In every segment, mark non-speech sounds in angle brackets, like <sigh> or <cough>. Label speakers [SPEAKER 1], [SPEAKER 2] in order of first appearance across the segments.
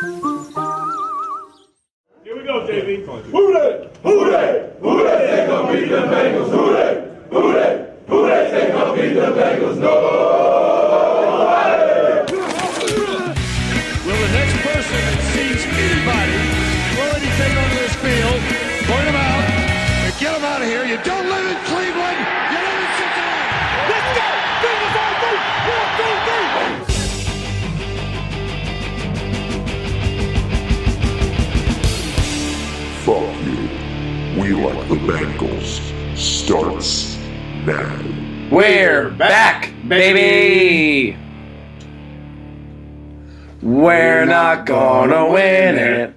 [SPEAKER 1] Here we go, JB. Who they? Who they? Who they say gonna beat the Bengals? Who they? Who they? Who they say gonna beat the Bengals? No.
[SPEAKER 2] Will the next person that sees anybody throw anything onto this field, point them out, and get them out of here? You don't live in Cleveland. You live in Cincinnati. Let's go. Bengals on three. One, two, three.
[SPEAKER 3] Fuck you. We like the Bengals. Starts now.
[SPEAKER 4] We're back, baby. We're not gonna win it.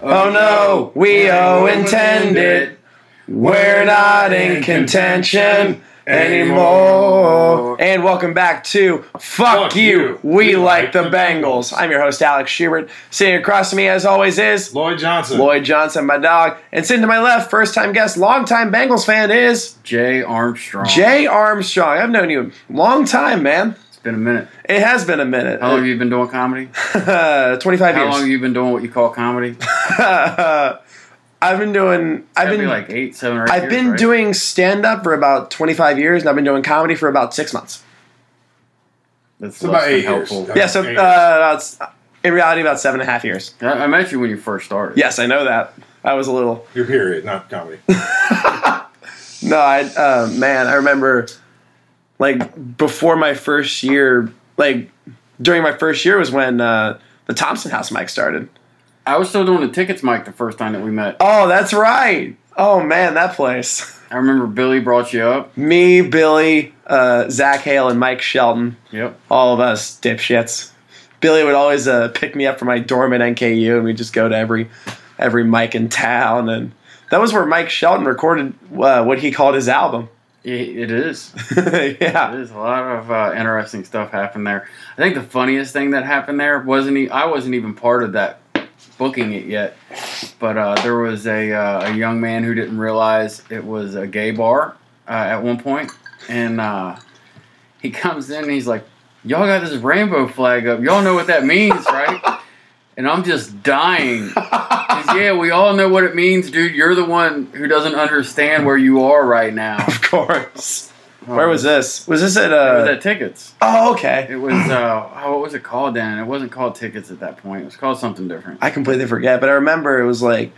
[SPEAKER 4] Oh no, we owe intend it. We're not in contention anymore. And welcome back to Fuck You. We like the Bengals. I'm your host, Alex Schubert. Sitting across to me, as always, is
[SPEAKER 5] Lloyd Johnson.
[SPEAKER 4] Lloyd Johnson, my dog. And sitting to my left, first time guest, longtime Bengals fan is
[SPEAKER 6] Jay Armstrong.
[SPEAKER 4] Jay Armstrong. I've known you a long time, man.
[SPEAKER 6] It's been a minute.
[SPEAKER 4] It has been a minute.
[SPEAKER 6] How long have you been doing comedy?
[SPEAKER 4] Uh, 25
[SPEAKER 6] How
[SPEAKER 4] Uh, years.
[SPEAKER 6] long have you been doing what you call comedy?
[SPEAKER 4] I've been doing. I've
[SPEAKER 6] That'd
[SPEAKER 4] been
[SPEAKER 6] be like eight, seven, or eight
[SPEAKER 4] I've
[SPEAKER 6] years,
[SPEAKER 4] been
[SPEAKER 6] right?
[SPEAKER 4] doing stand up for about 25 years, and I've been doing comedy for about six months.
[SPEAKER 6] That's
[SPEAKER 5] It's about
[SPEAKER 6] less than
[SPEAKER 5] eight years.
[SPEAKER 6] helpful.
[SPEAKER 4] Yeah, so uh,
[SPEAKER 5] Eight.
[SPEAKER 4] about, in reality, about seven and a half years.
[SPEAKER 6] I, I met you when you first started.
[SPEAKER 4] Yes, I know that. I was a little.
[SPEAKER 5] Your period, not comedy.
[SPEAKER 4] No, I uh, man, I remember like before my first year, like during my first year was when uh, the Thompson House mic started.
[SPEAKER 6] I was still doing the tickets mic the first time that we met.
[SPEAKER 4] Oh, that's right. Oh man, that place. <laughs>
[SPEAKER 6] I remember Billy brought you up.
[SPEAKER 4] Me, Billy, uh, Zach Hale, and Mike Shelton.
[SPEAKER 6] Yep.
[SPEAKER 4] all of us dipshits. Billy would always uh, pick me up from my dorm at NKU, and we'd just go to every every mic in town. And that was where Mike Shelton recorded uh, what he called his album. <laughs>
[SPEAKER 6] It, it is.
[SPEAKER 4] yeah,
[SPEAKER 6] There's a lot of uh, interesting stuff happened there. I think the funniest thing that happened there wasn't e- I wasn't even part of that booking it yet, but uh, there was a uh, a young man who didn't realize it was a gay bar uh, at one point, and uh, he <laughs> comes in and he's like, "Y'all got this rainbow flag up. Y'all know what that means, right?" And I'm just dying. 'Cause, yeah, we all know what it means, dude. You're the one who doesn't understand where you are right now.
[SPEAKER 4] of course. Where was this? Was this at? Uh,
[SPEAKER 6] It was at tickets.
[SPEAKER 4] oh, okay.
[SPEAKER 6] It was uh, oh, what was it called then? It wasn't called tickets at that point. It was called something different.
[SPEAKER 4] I completely forget, but I remember it was like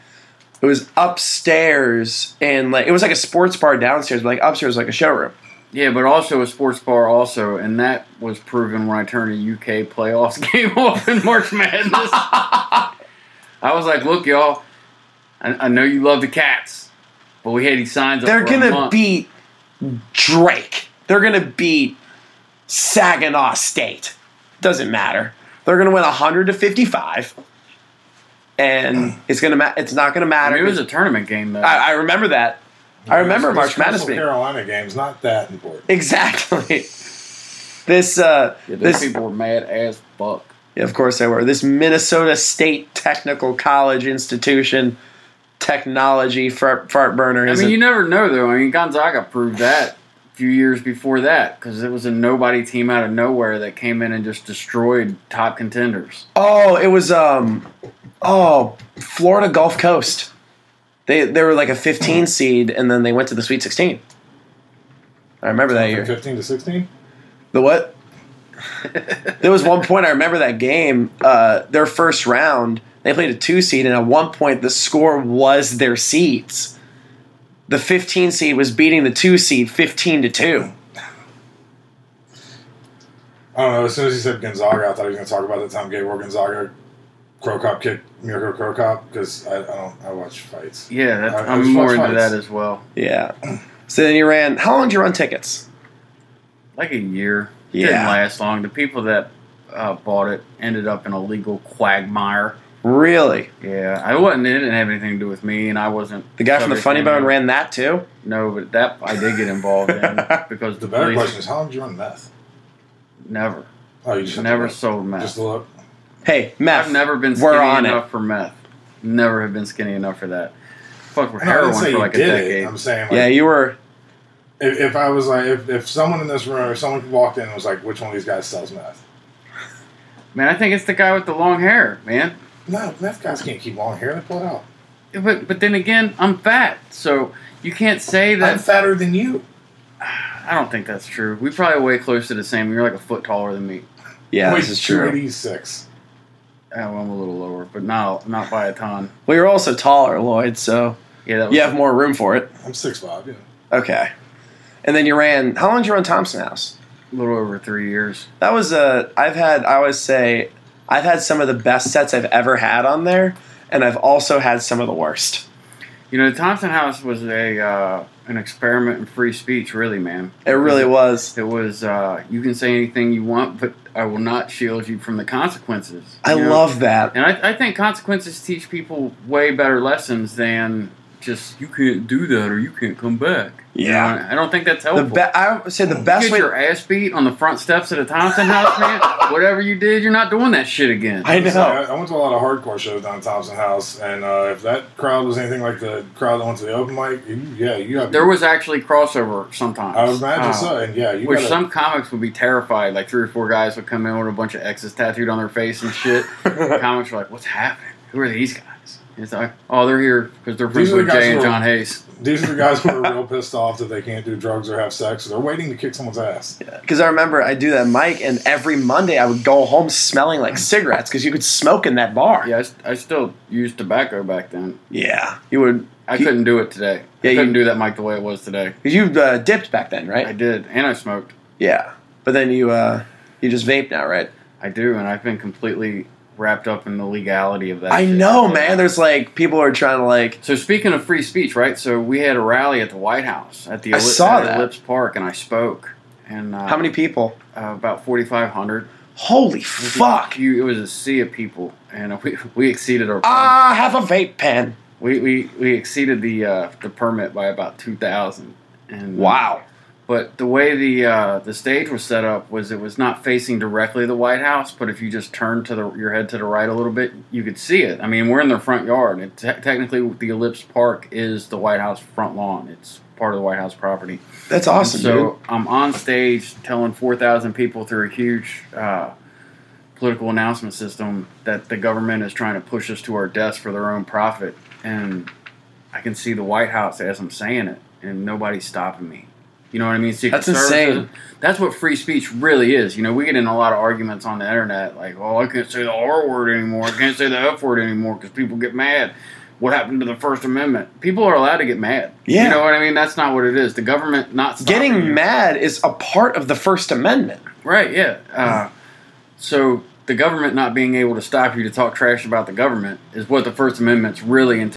[SPEAKER 4] it was upstairs and like it was like a sports bar downstairs, but like upstairs was like a showroom.
[SPEAKER 6] Yeah, but also a sports bar, also, and that was proven when I turned a UK playoffs <laughs> game off in March Madness. I was like, look, y'all, I, I know you love the Cats, but we had these signs. up
[SPEAKER 4] They're
[SPEAKER 6] for a
[SPEAKER 4] gonna
[SPEAKER 6] month.
[SPEAKER 4] beat Drake. They're gonna beat Saginaw State. Doesn't matter. They're gonna win hundred to fifty-five,
[SPEAKER 6] <clears throat>
[SPEAKER 4] and it's gonna. Ma- it's not gonna
[SPEAKER 6] I
[SPEAKER 4] matter.
[SPEAKER 6] mean, it was a tournament game though.
[SPEAKER 4] I, I remember that. I remember
[SPEAKER 5] This
[SPEAKER 4] March Madness
[SPEAKER 5] Coastal
[SPEAKER 4] being
[SPEAKER 5] Carolina game's not that important.
[SPEAKER 4] exactly. This, uh,
[SPEAKER 6] yeah,
[SPEAKER 4] this,
[SPEAKER 6] those people were mad as fuck.
[SPEAKER 4] yeah, of course they were. This Minnesota State Technical College Institution technology fart, fart burner.
[SPEAKER 6] I
[SPEAKER 4] Is
[SPEAKER 6] mean,
[SPEAKER 4] a-
[SPEAKER 6] you never know though. I mean, Gonzaga proved that a few years before that because it was a nobody team out of nowhere that came in and just destroyed top contenders.
[SPEAKER 4] Oh, it was um, oh, Florida Gulf Coast. They they were like a 15 seed, and then they went to the Sweet 16. I remember that
[SPEAKER 5] From
[SPEAKER 4] year.
[SPEAKER 5] 15 to 16?
[SPEAKER 4] The what? there was one point I remember that game. Uh, their first round, they played a two seed, and at one point the score was their seeds. The 15 seed was beating the two seed 15 to two.
[SPEAKER 5] I don't know. As soon as he said Gonzaga, I thought he was going to talk about the Tom Gabriel Gonzaga Crow Cop kick, Mirko Crow Cop, because I, I don't I watch fights.
[SPEAKER 6] Yeah, that,
[SPEAKER 5] I- I
[SPEAKER 6] I'm
[SPEAKER 5] just
[SPEAKER 6] more
[SPEAKER 5] watch
[SPEAKER 6] into
[SPEAKER 5] Uh, fights.
[SPEAKER 6] that as well.
[SPEAKER 4] Yeah. So then you ran. How long did you run tickets?
[SPEAKER 6] Like a year. It
[SPEAKER 4] Yeah.
[SPEAKER 6] Didn't last long. The people that uh, bought it ended up in a legal quagmire.
[SPEAKER 4] Really?
[SPEAKER 6] Yeah, I wasn't. It didn't have anything to do with me, and I wasn't.
[SPEAKER 4] The guy from the
[SPEAKER 6] subject
[SPEAKER 4] Funny
[SPEAKER 6] matter.
[SPEAKER 4] Bone ran that too?
[SPEAKER 6] No, but that I did get involved in
[SPEAKER 4] <laughs>
[SPEAKER 6] because
[SPEAKER 5] The
[SPEAKER 6] the
[SPEAKER 5] better
[SPEAKER 6] police
[SPEAKER 5] question is, how long did you run meth?
[SPEAKER 6] never,
[SPEAKER 5] Oh, you just have to
[SPEAKER 6] never
[SPEAKER 5] look.
[SPEAKER 6] sold meth.
[SPEAKER 5] Just look.
[SPEAKER 4] Hey, meth.
[SPEAKER 6] I've never been skinny
[SPEAKER 4] We're on
[SPEAKER 6] enough
[SPEAKER 4] it.
[SPEAKER 6] for meth. Never have been skinny enough for that. Fuck with
[SPEAKER 5] No, I didn't
[SPEAKER 6] heroin
[SPEAKER 5] say
[SPEAKER 6] for
[SPEAKER 5] you
[SPEAKER 6] like a
[SPEAKER 5] did
[SPEAKER 6] decade.
[SPEAKER 5] it. I'm saying, like,
[SPEAKER 4] Yeah, you were.
[SPEAKER 5] if, if I was like, if, if someone in this room, if someone walked in and was like, which one of these guys sells meth?
[SPEAKER 6] Man, I think it's the guy with the long hair, man.
[SPEAKER 5] No, meth guys can't keep long hair. They pull it out.
[SPEAKER 6] But but then again, I'm fat, so you can't say
[SPEAKER 5] I'm
[SPEAKER 6] that.
[SPEAKER 5] fatter than you.
[SPEAKER 6] I don't think that's true. We probably weigh close to the same. You're like a foot taller than me.
[SPEAKER 4] Yeah,
[SPEAKER 5] Wait,
[SPEAKER 4] this is true.
[SPEAKER 5] 286.
[SPEAKER 6] Oh, I'm a little lower, but not not by a ton.
[SPEAKER 4] Well, you're also taller, Lloyd, so
[SPEAKER 6] Yeah, that was
[SPEAKER 4] you have more room for it.
[SPEAKER 5] I'm 6'5", yeah.
[SPEAKER 4] Okay. And then you ran. How long did you run Thompson House?
[SPEAKER 6] a little over three years.
[SPEAKER 4] That was a. I've had. I always say, I've had some of the best sets I've ever had on there, and I've also had some of the worst.
[SPEAKER 6] You know, the Thompson House was a uh, an experiment in free speech, really, man.
[SPEAKER 4] It really was.
[SPEAKER 6] It was uh, you can say anything you want, but I will not shield you from the consequences.
[SPEAKER 4] I
[SPEAKER 6] you know?
[SPEAKER 4] love that.
[SPEAKER 6] and I, I think consequences teach people way better lessons than just you can't do that or you can't come back. You
[SPEAKER 4] Yeah.
[SPEAKER 6] know, I don't think that's
[SPEAKER 4] The
[SPEAKER 6] helpful.
[SPEAKER 4] be- I would say the
[SPEAKER 6] you
[SPEAKER 4] best
[SPEAKER 6] get
[SPEAKER 4] way.
[SPEAKER 6] your ass beat on the front steps of the Thompson House, man. Whatever you did, you're not doing that shit again.
[SPEAKER 4] I
[SPEAKER 5] So I,
[SPEAKER 4] know.
[SPEAKER 5] I went to a lot of hardcore shows down at Thompson House, and uh, if that crowd was anything like the crowd that went to the open mic, you, yeah, you got.
[SPEAKER 6] there was actually crossover sometimes.
[SPEAKER 5] I would imagine
[SPEAKER 4] Oh.
[SPEAKER 6] Uh,
[SPEAKER 5] so, and yeah, you
[SPEAKER 6] Which
[SPEAKER 5] gotta,
[SPEAKER 6] some comics would be terrified. Like three or four guys would come in with a bunch of X's tattooed on their face
[SPEAKER 4] <laughs>
[SPEAKER 6] and shit. the comics were like, "What's happening? Who are these guys?" And it's like, "Oh, they're here because they're friends
[SPEAKER 5] These are the
[SPEAKER 6] with
[SPEAKER 5] guys
[SPEAKER 6] Jay and
[SPEAKER 5] who are-
[SPEAKER 6] John Hayes."
[SPEAKER 5] these are the guys who
[SPEAKER 4] <laughs>
[SPEAKER 5] are real pissed off that they can't do drugs or have sex. So they're waiting to kick someone's ass.
[SPEAKER 4] Because I remember I do that mic, and every Monday I would go home smelling like cigarettes because you could smoke in that bar.
[SPEAKER 6] Yeah, I, s- I still used tobacco back then.
[SPEAKER 4] Yeah. You would.
[SPEAKER 6] I
[SPEAKER 4] You-
[SPEAKER 6] couldn't do it today.
[SPEAKER 4] Yeah,
[SPEAKER 6] I
[SPEAKER 4] you-
[SPEAKER 6] couldn't do that mic the way it was today.
[SPEAKER 4] Because you uh, dipped back then, right?
[SPEAKER 6] I did, and I smoked.
[SPEAKER 4] Yeah. But then you uh, you just vape now, right?
[SPEAKER 6] I do, and I've been completely wrapped up in the legality of that.
[SPEAKER 4] I
[SPEAKER 6] shit.
[SPEAKER 4] know, man. There's like people are trying to like.
[SPEAKER 6] So speaking of free speech, right? So we had a rally at the White House at the
[SPEAKER 4] I
[SPEAKER 6] Elli-
[SPEAKER 4] saw
[SPEAKER 6] at
[SPEAKER 4] that.
[SPEAKER 6] Ellipse Park, and I spoke. And uh,
[SPEAKER 4] How many people?
[SPEAKER 6] Uh, about forty five hundred.
[SPEAKER 4] Holy fuck!
[SPEAKER 6] You, it was a sea of people, and we, <laughs> we exceeded our
[SPEAKER 4] I Ah, have a vape pen.
[SPEAKER 6] we, we we exceeded the uh, the permit by about two thousand. And uh,
[SPEAKER 4] Wow.
[SPEAKER 6] But the way the uh, the stage was set up was it was not facing directly the White House, but if you just turned to the your head to the right a little bit, you could see it. I mean, we're in their front yard. It te- technically, the Ellipse Park is the White House front lawn. It's part of the White House property.
[SPEAKER 4] That's awesome,
[SPEAKER 6] So
[SPEAKER 4] dude.
[SPEAKER 6] I'm on stage telling 4,000 people through a huge uh, political announcement system that the government is trying to push us to our deaths for their own profit. And I can see the White House as I'm saying it, and nobody's stopping me. You know what I mean? Secret
[SPEAKER 4] That's insane.
[SPEAKER 6] That's what free speech really is. You know, we get in a lot of arguments on the internet, like, "Oh, I can't say the R word anymore. I can't say the F word anymore because people get mad." What happened to the First Amendment? People are allowed to get mad.
[SPEAKER 4] Yeah.
[SPEAKER 6] You know what I mean? That's not what it is. The government not stopping you.
[SPEAKER 4] Getting mad is a part of the First Amendment.
[SPEAKER 6] Right, yeah. Uh, so the government not being able to stop you to talk trash about the government is what the First Amendment's really intended.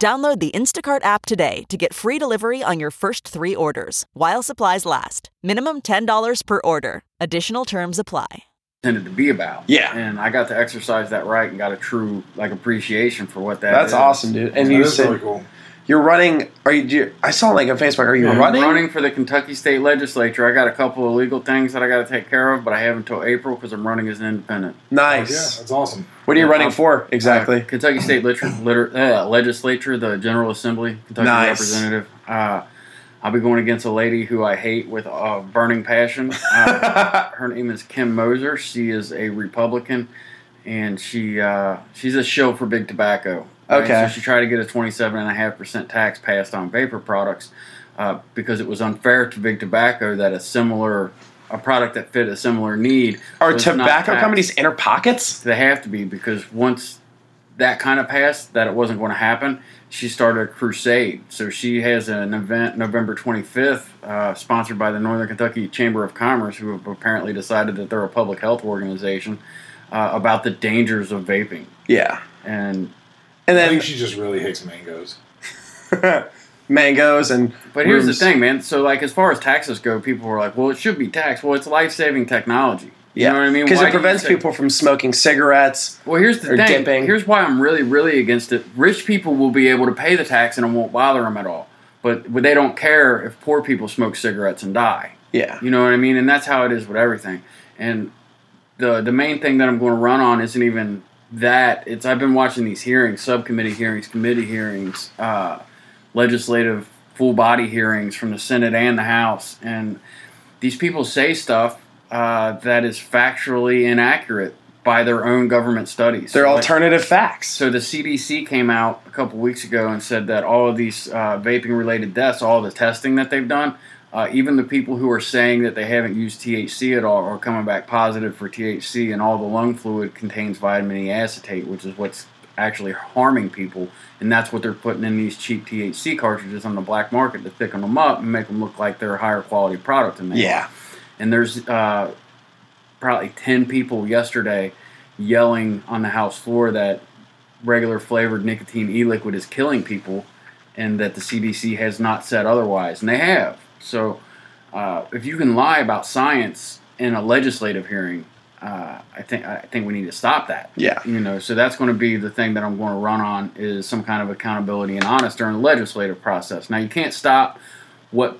[SPEAKER 7] Download the Instacart app today to get free delivery on your first three orders while supplies last. Minimum $10 per order. Additional terms apply.
[SPEAKER 6] intended to be about.
[SPEAKER 4] Yeah.
[SPEAKER 6] And I got to exercise that right and got a true like appreciation for what that
[SPEAKER 4] That's
[SPEAKER 6] is.
[SPEAKER 4] awesome, dude. And
[SPEAKER 5] That
[SPEAKER 4] you
[SPEAKER 5] is
[SPEAKER 4] said
[SPEAKER 5] really cool.
[SPEAKER 4] You're running. Are you? Do you I saw like on Facebook. Are you
[SPEAKER 6] I'm
[SPEAKER 4] running?
[SPEAKER 6] running for the Kentucky State Legislature. I got a couple of legal things that I got to take care of, but I have until April because I'm running as an independent.
[SPEAKER 5] Yeah,
[SPEAKER 4] Nice.
[SPEAKER 5] that's awesome.
[SPEAKER 4] What are you running
[SPEAKER 6] Um,
[SPEAKER 4] for exactly?
[SPEAKER 6] Uh, Kentucky State Liter- Liter- uh, Legislature, the General Assembly, Kentucky
[SPEAKER 4] Nice.
[SPEAKER 6] Representative. Uh, I'll be going against a lady who I hate with uh, burning passion.
[SPEAKER 4] <laughs>
[SPEAKER 6] Uh, her name is Kim Moser. She is a Republican, and she uh, she's a shill for big tobacco.
[SPEAKER 4] Okay.
[SPEAKER 6] So she tried to get a twenty-seven and a half percent tax passed on vapor products uh, because it was unfair to big tobacco that a similar a product that fit a similar need
[SPEAKER 4] Are
[SPEAKER 6] was not
[SPEAKER 4] tobacco
[SPEAKER 6] taxed.
[SPEAKER 4] companies inner pockets?
[SPEAKER 6] They have to be because once that kind of passed, that it wasn't going to happen. She started a crusade. So she has an event November 25th, uh, sponsored by the Northern Kentucky Chamber of Commerce, who have apparently decided that they're a public health organization, uh, about the dangers of vaping.
[SPEAKER 4] Yeah.
[SPEAKER 6] And
[SPEAKER 4] And
[SPEAKER 5] I
[SPEAKER 4] then
[SPEAKER 5] think she just really hates mangoes.
[SPEAKER 4] mangoes and.
[SPEAKER 6] but here's
[SPEAKER 4] rooms.
[SPEAKER 6] the thing, man. So like as far as taxes go, people were like, "Well, it should be taxed." Well, it's life saving technology. You know what I mean?
[SPEAKER 4] Because
[SPEAKER 6] Why
[SPEAKER 4] it
[SPEAKER 6] do you
[SPEAKER 4] prevents
[SPEAKER 6] say-
[SPEAKER 4] people from smoking cigarettes.
[SPEAKER 6] Well, here's the
[SPEAKER 4] or
[SPEAKER 6] thing.
[SPEAKER 4] dipping.
[SPEAKER 6] Here's why I'm really, really against it. Rich people will be able to pay the tax and it won't bother them at all. But, but they don't care if poor people smoke cigarettes and die.
[SPEAKER 4] Yeah.
[SPEAKER 6] You know what I mean? And that's how it is with everything. And the the main thing that I'm going to run on isn't even that. It's I've been watching these hearings, subcommittee hearings, committee hearings, uh, legislative full body hearings from the Senate and the House, and these people say stuff uh, that is factually inaccurate by their own government studies.
[SPEAKER 4] They're
[SPEAKER 6] Like-
[SPEAKER 4] alternative facts.
[SPEAKER 6] so the CDC came out a couple weeks ago and said that all of these uh, vaping-related deaths, all the testing that they've done, uh, even the people who are saying that they haven't used THC at all are coming back positive for THC, and all the lung fluid contains vitamin E acetate, which is what's actually harming people, and that's what they're putting in these cheap THC cartridges on the black market to thicken them up and make them look like they're a higher quality product than they are
[SPEAKER 4] yeah.
[SPEAKER 6] and there's uh, probably 10 people yesterday yelling on the house floor that regular flavored nicotine e-liquid is killing people and that the cdc has not said otherwise and they have so uh, if you can lie about science in a legislative hearing uh, I think I think we need to stop that.
[SPEAKER 4] Yeah.
[SPEAKER 6] you know, so that's going to be the thing that I'm going to run on is some kind of accountability and honesty during the legislative process. Now you can't stop what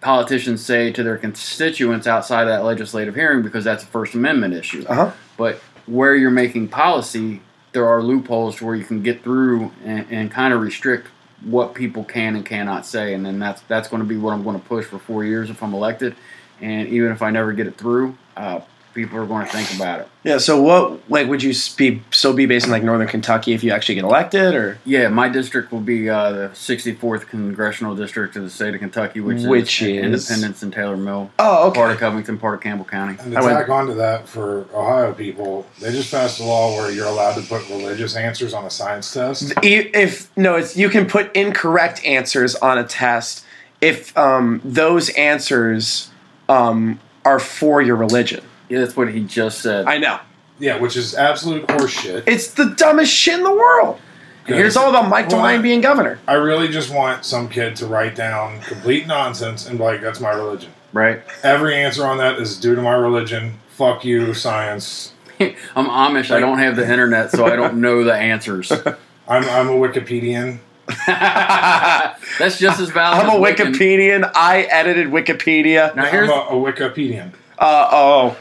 [SPEAKER 6] politicians say to their constituents outside of that legislative hearing because that's a First Amendment issue.
[SPEAKER 4] Uh-huh.
[SPEAKER 6] But where you're making policy, there are loopholes to where you can get through and, and kind of restrict what people can and cannot say, and then that's that's going to be what I'm going to push for four years if I'm elected, and even if I never get it through, uh, people are going to think about it.
[SPEAKER 4] Yeah. So what like would you s- be so be based in like Northern Kentucky if you actually get elected or
[SPEAKER 6] Yeah, my district will be uh, the 64th congressional district of the state of Kentucky, which,
[SPEAKER 4] Which
[SPEAKER 6] is,
[SPEAKER 4] is-
[SPEAKER 6] Independence and Taylor Mill,
[SPEAKER 4] Oh, okay.
[SPEAKER 6] part of Covington, part of Campbell County.
[SPEAKER 5] And
[SPEAKER 4] I
[SPEAKER 5] to
[SPEAKER 4] went-
[SPEAKER 5] tack onto that for Ohio people, they just passed a law where you're allowed to put religious answers on a science test.
[SPEAKER 4] E- if no, it's you can put incorrect answers on a test if um, those answers um, are for your religion.
[SPEAKER 6] Yeah, that's what he just said.
[SPEAKER 4] I know
[SPEAKER 5] Yeah, which is absolute horseshit.
[SPEAKER 4] it's the dumbest shit in the world. It's all about Mike
[SPEAKER 5] Well,
[SPEAKER 4] DeWine being governor.
[SPEAKER 5] I really just want some kid to write down complete nonsense and be like, "That's my religion."
[SPEAKER 6] right?
[SPEAKER 5] Every answer on that is due to my religion. Fuck you, science.
[SPEAKER 6] <laughs> I'm Amish. I don't have the internet, so
[SPEAKER 4] <laughs>
[SPEAKER 6] I don't know the answers.
[SPEAKER 5] I'm I'm a Wikipedian.
[SPEAKER 6] That's just as valid.
[SPEAKER 4] I'm a
[SPEAKER 6] as Wiccan.
[SPEAKER 4] Wikipedian. I edited Wikipedia.
[SPEAKER 6] Now
[SPEAKER 5] I'm
[SPEAKER 6] here's
[SPEAKER 5] a, a Wikipedian.
[SPEAKER 4] Uh, oh,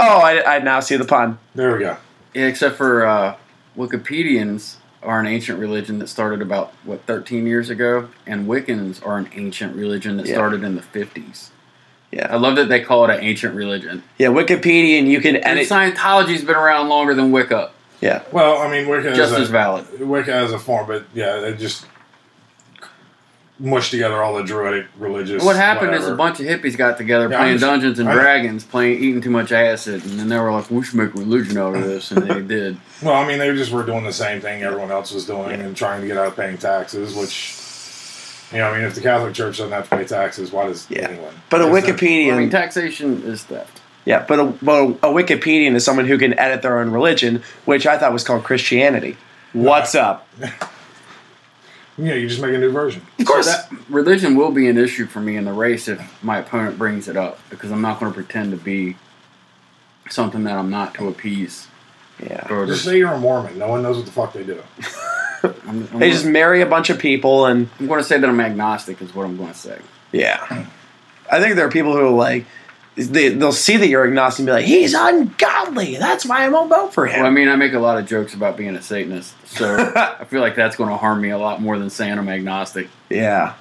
[SPEAKER 4] oh, I, I now see the pun.
[SPEAKER 5] There we go.
[SPEAKER 6] yeah, except for uh, Wikipedians are an ancient religion that started about what 13 years ago, and Wiccans are an ancient religion that
[SPEAKER 4] Yeah.
[SPEAKER 6] started in the 50s. I
[SPEAKER 4] Yeah,
[SPEAKER 6] love that they call it an ancient religion.
[SPEAKER 4] yeah, Wikipedia, and you can
[SPEAKER 6] And
[SPEAKER 4] edit.
[SPEAKER 6] Scientology's been around longer than Wicca.
[SPEAKER 4] Yeah,
[SPEAKER 5] Well, I mean, Wicca
[SPEAKER 6] Just
[SPEAKER 5] is a,
[SPEAKER 6] as valid.
[SPEAKER 5] Wicca as a form, but yeah, they just mush together all the druidic religious.
[SPEAKER 6] What happened is
[SPEAKER 5] whatever.
[SPEAKER 6] a bunch of hippies got together
[SPEAKER 5] Yeah,
[SPEAKER 6] playing
[SPEAKER 5] I'm just-
[SPEAKER 6] Dungeons and
[SPEAKER 5] I-
[SPEAKER 6] Dragons, playing eating too much acid, and then they were like, "We should make a religion out of this," and they <laughs> did.
[SPEAKER 5] Well, I mean, they just were doing the same thing everyone else was doing and trying to get out of paying taxes, which. You know, I mean, if the Catholic Church doesn't have to pay taxes, why does
[SPEAKER 4] Yeah.
[SPEAKER 5] anyone?
[SPEAKER 4] but a
[SPEAKER 5] Is that-
[SPEAKER 6] I mean,
[SPEAKER 4] Wikipedian,
[SPEAKER 6] taxation is theft.
[SPEAKER 4] yeah, but a, but a a Wikipedian is someone who can edit their own religion, which I thought was called Christianity. What's up?
[SPEAKER 5] Yeah, you just make a new version.
[SPEAKER 4] <laughs> Of course,
[SPEAKER 6] Religion will be an issue for me in the race if my opponent brings it up because I'm not going to pretend to be something that I'm not to appease
[SPEAKER 4] yeah.
[SPEAKER 6] voters.
[SPEAKER 5] Just say you're a Mormon. No one knows what the fuck they do.
[SPEAKER 6] I'm, I'm
[SPEAKER 4] They just marry a bunch of people and
[SPEAKER 6] I'm going to say that I'm agnostic is what I'm going to say.
[SPEAKER 4] yeah. I think there are people who are like they, they'll see that you're agnostic and be like, he's ungodly. That's why I won't vote for him.
[SPEAKER 6] Well, I mean, I make a lot of jokes about being a Satanist, <laughs> so I feel like that's going to harm me a lot more than saying I'm agnostic.
[SPEAKER 4] yeah,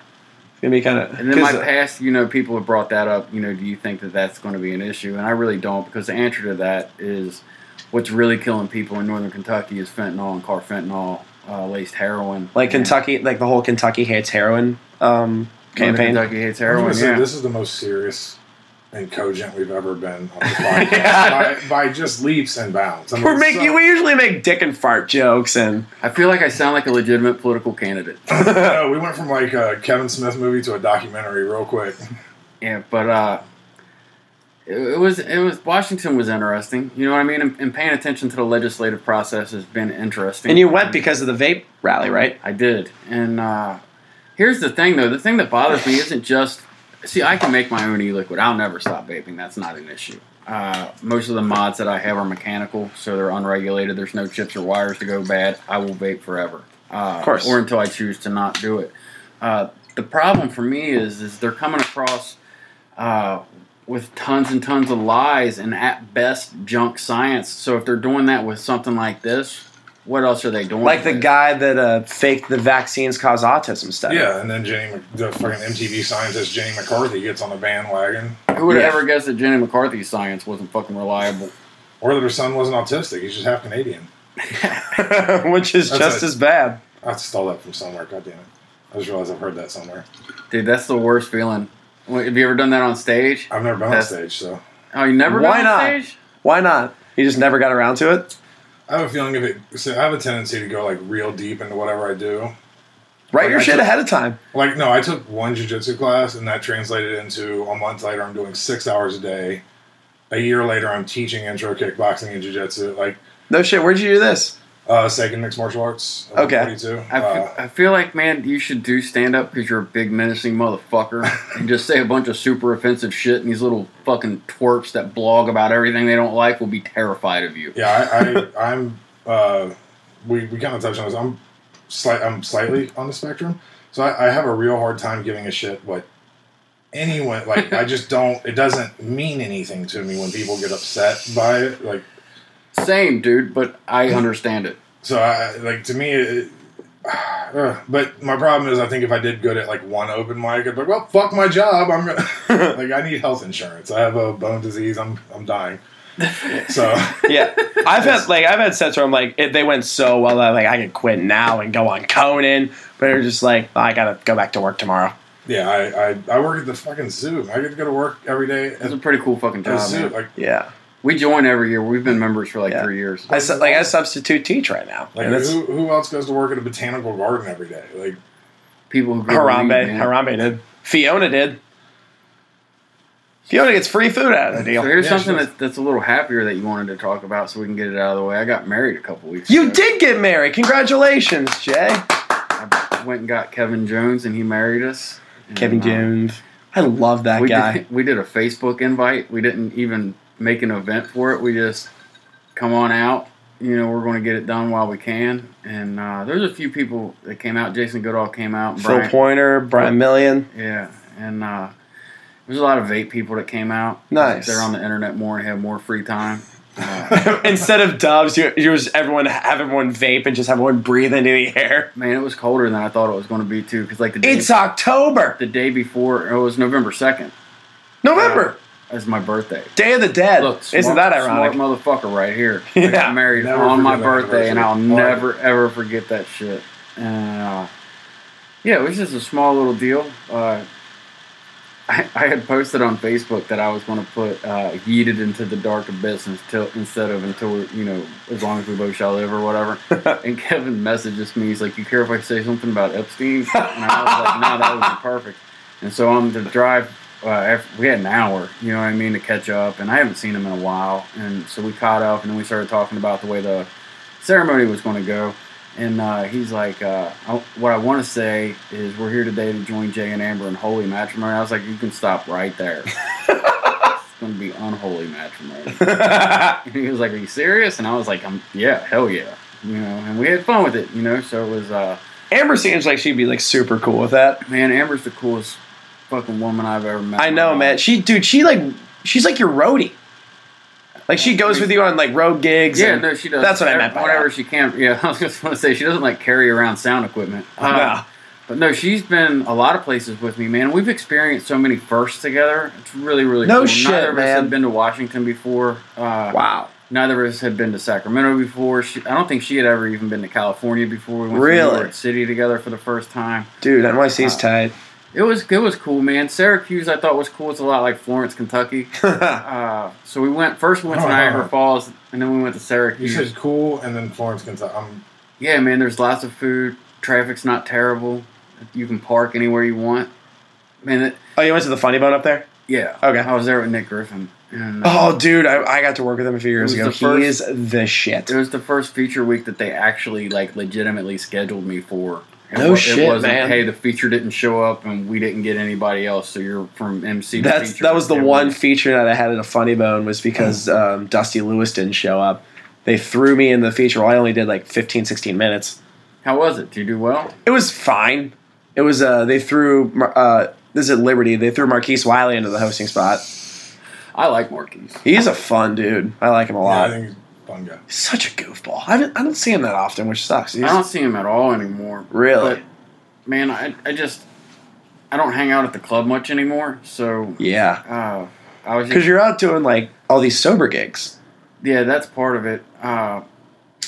[SPEAKER 4] it's gonna be kind of.
[SPEAKER 6] And in my past, you know, people have brought that up. You know, do you think that that's going to be an issue? And I really don't, because the answer to that is what's really killing people in northern Kentucky is fentanyl and carfentanil, uh, laced heroin.
[SPEAKER 4] like Kentucky, like the whole Kentucky hates heroin um,
[SPEAKER 6] Northern
[SPEAKER 4] campaign.
[SPEAKER 6] Kentucky hates
[SPEAKER 5] I was
[SPEAKER 6] heroin.
[SPEAKER 5] gonna say,
[SPEAKER 6] Yeah.
[SPEAKER 5] This is the most serious and cogent we've ever been
[SPEAKER 4] <laughs>
[SPEAKER 5] on this podcast by, by just leaps and bounds. I mean,
[SPEAKER 4] We're
[SPEAKER 5] it's
[SPEAKER 4] making
[SPEAKER 5] so-
[SPEAKER 4] we usually make dick and fart jokes and
[SPEAKER 6] I feel like I sound like a legitimate political candidate.
[SPEAKER 5] No, we went from like a Kevin Smith movie to a documentary real
[SPEAKER 4] <laughs>
[SPEAKER 5] quick.
[SPEAKER 6] Yeah, but uh, it, it was it was Washington was interesting. You know what I mean? And, and paying attention to the legislative process has been interesting.
[SPEAKER 4] and you went because of the vape rally, right?
[SPEAKER 6] Mm-hmm. I did. And uh, here's the thing, though. The thing that bothers me isn't just see. I can make my own e-liquid. I'll never stop vaping. That's not an issue. Uh, most of the mods that I have are mechanical, so they're unregulated. There's no chips or wires to go bad. I will vape forever, uh, of
[SPEAKER 4] course.
[SPEAKER 6] or until I choose to not do it. Uh, the problem for me is, is they're coming across uh, with tons and tons of lies and at best junk science. So if they're doing that with something like this, what else are they doing?
[SPEAKER 4] Like the
[SPEAKER 6] with it?
[SPEAKER 4] guy that uh, faked the vaccines cause autism study.
[SPEAKER 5] Yeah, and then Jenny, Mc- the fucking MTV scientist Jenny McCarthy gets on the bandwagon,
[SPEAKER 6] Who would
[SPEAKER 4] Yeah.
[SPEAKER 6] ever guess that Jenny McCarthy's science wasn't fucking reliable?
[SPEAKER 5] or that her son wasn't autistic. He's just half Canadian.
[SPEAKER 4] <laughs> which is
[SPEAKER 5] That's
[SPEAKER 4] just
[SPEAKER 5] it.
[SPEAKER 4] as bad.
[SPEAKER 5] I stole that from somewhere. God damn it! I just realized I've heard that somewhere.
[SPEAKER 6] Dude, that's the worst feeling. Wait, have you ever done that on stage?
[SPEAKER 5] I've never been
[SPEAKER 6] That's-
[SPEAKER 5] on stage, so
[SPEAKER 6] Oh, you never
[SPEAKER 4] Why
[SPEAKER 6] been
[SPEAKER 4] not?
[SPEAKER 6] on stage?
[SPEAKER 4] Why not? You just never got around to it,
[SPEAKER 5] I have a feeling if it. So I have a tendency to go like real deep into whatever I do.
[SPEAKER 4] write your
[SPEAKER 5] I
[SPEAKER 4] shit
[SPEAKER 5] took-
[SPEAKER 4] ahead of time.
[SPEAKER 5] Like no, I took one jujitsu class, and that translated into a month later I'm doing six hours a day. A year later, I'm teaching intro kickboxing and jujitsu, like
[SPEAKER 4] No shit. Where'd you do this?
[SPEAKER 5] uh, second mixed martial arts. uh,
[SPEAKER 4] Okay.
[SPEAKER 5] 42.
[SPEAKER 6] I fe-
[SPEAKER 5] Uh,
[SPEAKER 6] I feel like, man, you should do stand up because you're a big menacing motherfucker and just say a bunch of super offensive shit. And these little fucking twerps that blog about everything they don't like will be terrified of you.
[SPEAKER 5] Yeah, I, <laughs> I, I'm. Uh, we we kind of touched on this. I'm slight. I'm slightly on the spectrum, so I, I have a real hard time giving a shit what anyone like. I just don't. It doesn't mean anything to me when people get upset by it. Like
[SPEAKER 6] Same, dude, but I understand it.
[SPEAKER 5] so, I like to me. It, <sighs> uh, but my problem is, I think if I did good at like one open mic, I'd be like, "Well, fuck my job. I'm gonna, <laughs> like, I need health insurance. I have a bone disease. I'm, I'm dying." So
[SPEAKER 4] Yeah, <laughs> I've had like I've had sets where I'm like it, they went so well that like I could quit now and go on Conan, but they're just like "Oh, I gotta go back to work tomorrow.
[SPEAKER 5] yeah, I, I, I work at the fucking zoo. I get to go to work every day.
[SPEAKER 6] It's a pretty cool fucking job,
[SPEAKER 5] Zoo,
[SPEAKER 6] man.
[SPEAKER 5] like
[SPEAKER 4] Yeah,
[SPEAKER 6] we join every year. We've been members for like
[SPEAKER 4] Yeah.
[SPEAKER 6] three years.
[SPEAKER 4] I su- like I substitute teach right now.
[SPEAKER 5] like
[SPEAKER 4] And it's
[SPEAKER 5] who, who else goes to work at a botanical garden every day? Like
[SPEAKER 6] People who grew up in
[SPEAKER 4] Harambe,
[SPEAKER 6] weed, man.
[SPEAKER 4] Harambe did. Fiona did. Fiona gets free food out of the
[SPEAKER 6] So
[SPEAKER 4] deal.
[SPEAKER 6] here's
[SPEAKER 5] Yeah,
[SPEAKER 6] something
[SPEAKER 5] she does.
[SPEAKER 6] that's, that's a little happier that you wanted to talk about, so we can get it out of the way. I got married a couple weeks.
[SPEAKER 4] You
[SPEAKER 6] ago.
[SPEAKER 4] did get married. Congratulations, Jay.
[SPEAKER 6] Mm-hmm. I went and got Kevin Jones, and he married us. And,
[SPEAKER 4] Kevin
[SPEAKER 6] uh,
[SPEAKER 4] Jones. I love that
[SPEAKER 6] we
[SPEAKER 4] guy.
[SPEAKER 6] Did, <laughs> we did a Facebook invite. We didn't even make an event for it. We just come on out. You know, we're going to get it done while we can. And uh, there's a few people that came out. Jason Goodall came out.
[SPEAKER 4] Phil
[SPEAKER 6] Brian,
[SPEAKER 4] Pointer, Brian
[SPEAKER 6] <laughs>
[SPEAKER 4] Million.
[SPEAKER 6] Yeah, and uh, there's a lot of vape people that came out.
[SPEAKER 4] Nice.
[SPEAKER 6] They're on the internet more and have more free time.
[SPEAKER 4] Instead of doves, you, you just everyone have everyone vape and just have everyone breathe into the air.
[SPEAKER 6] Man, it was colder than I thought it was going to be too. Because like the day-
[SPEAKER 4] It's October,
[SPEAKER 6] the day before oh, it was November second Uh,
[SPEAKER 4] November,
[SPEAKER 6] as my birthday.
[SPEAKER 4] Day of the Dead.
[SPEAKER 6] Look,
[SPEAKER 4] Isn't
[SPEAKER 6] smart-
[SPEAKER 4] that ironic?
[SPEAKER 6] Smart motherfucker right here.
[SPEAKER 4] <laughs>
[SPEAKER 6] I
[SPEAKER 4] Yeah.
[SPEAKER 6] got married
[SPEAKER 5] Never
[SPEAKER 6] on my
[SPEAKER 5] forget that
[SPEAKER 6] birthday, and I'll
[SPEAKER 5] anniversary.
[SPEAKER 6] never ever forget that shit. And uh, yeah, it was just a small little deal. Uh, I, I had posted on Facebook that I was going to put uh, "yeeted into the dark abyss" until, instead of "until we- you know, as long as we both shall live" or
[SPEAKER 4] <laughs>
[SPEAKER 6] whatever. and Kevin messages me, he's like, "You care if I say something about Epstein?" And I was like, "No, that would be perfect." And so on the drive, uh, after, we had an hour, you know what I mean, to catch up, and I haven't seen him in a while, and so we caught up, and then we started talking about the way the ceremony was going to go. And uh, he's like, uh, I, what I want to say is we're here today to join Jay and Amber in holy matrimony. I was like, you can stop right
[SPEAKER 4] <laughs>
[SPEAKER 6] there. it's going to
[SPEAKER 4] <laughs>
[SPEAKER 6] be unholy matrimony. and he was like, are you serious? And I was like, I'm, yeah, hell yeah. you know, and we had fun with it, you know. So it was, uh,
[SPEAKER 4] Amber seems like she'd be like super cool with that.
[SPEAKER 6] man, Amber's the coolest fucking woman I've ever met.
[SPEAKER 4] I know, man. She, dude, she like, she's like your roadie. Like she goes with you on like road gigs.
[SPEAKER 6] Yeah,
[SPEAKER 4] and-
[SPEAKER 6] no, she does.
[SPEAKER 4] That's what I meant by
[SPEAKER 6] Whenever
[SPEAKER 4] that.
[SPEAKER 6] she can, yeah, <laughs> I was just going to say she doesn't like carry around sound equipment. Uh,
[SPEAKER 4] No.
[SPEAKER 6] But no, she's been a lot of places with me, man. We've experienced so many firsts together. It's really, really
[SPEAKER 4] No
[SPEAKER 6] cool.
[SPEAKER 4] shit,
[SPEAKER 6] Neither of us
[SPEAKER 4] man.
[SPEAKER 6] had been to Washington before. Uh,
[SPEAKER 4] Wow.
[SPEAKER 6] Neither of us had been to Sacramento before. She, I don't think she had ever even been to California before. We went to
[SPEAKER 4] Really?
[SPEAKER 6] New York City together for the first time.
[SPEAKER 4] Dude, NYC's tight.
[SPEAKER 6] It was it was cool, man. Syracuse I thought was cool. It's a lot like
[SPEAKER 4] <laughs>
[SPEAKER 6] Florence, Kentucky. uh, so we went first we went to
[SPEAKER 5] Oh,
[SPEAKER 6] Niagara
[SPEAKER 5] wow.
[SPEAKER 6] Falls and then we went to
[SPEAKER 5] You
[SPEAKER 6] Syracuse.
[SPEAKER 5] said cool, and then Florence, Kentucky. I'm
[SPEAKER 6] Yeah, man, there's lots of food. Traffic's not terrible. You can park anywhere you want. Man, that,
[SPEAKER 4] Oh, you went to the Funny Bone up there?
[SPEAKER 6] yeah.
[SPEAKER 4] Okay.
[SPEAKER 6] I was there with Nick Griffin. And
[SPEAKER 4] Oh, dude, I, I got to work with him a few years
[SPEAKER 6] was
[SPEAKER 4] ago.
[SPEAKER 6] the
[SPEAKER 4] He
[SPEAKER 6] first-
[SPEAKER 4] is the shit.
[SPEAKER 6] it was the first feature week that they actually, like, legitimately scheduled me for. It
[SPEAKER 4] No
[SPEAKER 6] wa-
[SPEAKER 4] shit, man.
[SPEAKER 6] Hey, the feature didn't show up, and we didn't get anybody else. So you're from MC. to
[SPEAKER 4] That's
[SPEAKER 6] feature.
[SPEAKER 4] that was the
[SPEAKER 6] It
[SPEAKER 4] one feature that I had at a Funny Bone was because
[SPEAKER 6] Mm.
[SPEAKER 4] um, Dusty Lewis didn't show up. They threw me in the feature. Well, I only did like 15, 16 minutes.
[SPEAKER 6] How was it? Did you do well?
[SPEAKER 4] It was fine. It was uh they threw Mar- uh this is at Liberty. They threw Marquise Wiley into the hosting spot.
[SPEAKER 6] I like Marquise.
[SPEAKER 4] He's a fun dude. I like him a
[SPEAKER 5] yeah, I
[SPEAKER 4] lot.
[SPEAKER 5] think he's a fun guy.
[SPEAKER 4] He's such a goofball. I, haven't- I don't see him that often, which sucks. He's,
[SPEAKER 6] I don't see him at all anymore.
[SPEAKER 4] Really?
[SPEAKER 6] But, man, I, I just I don't hang out at the club much anymore. So
[SPEAKER 4] yeah,
[SPEAKER 6] uh, I was
[SPEAKER 4] because
[SPEAKER 6] just,
[SPEAKER 4] you're out doing like all these sober gigs.
[SPEAKER 6] yeah, that's part of it. Uh,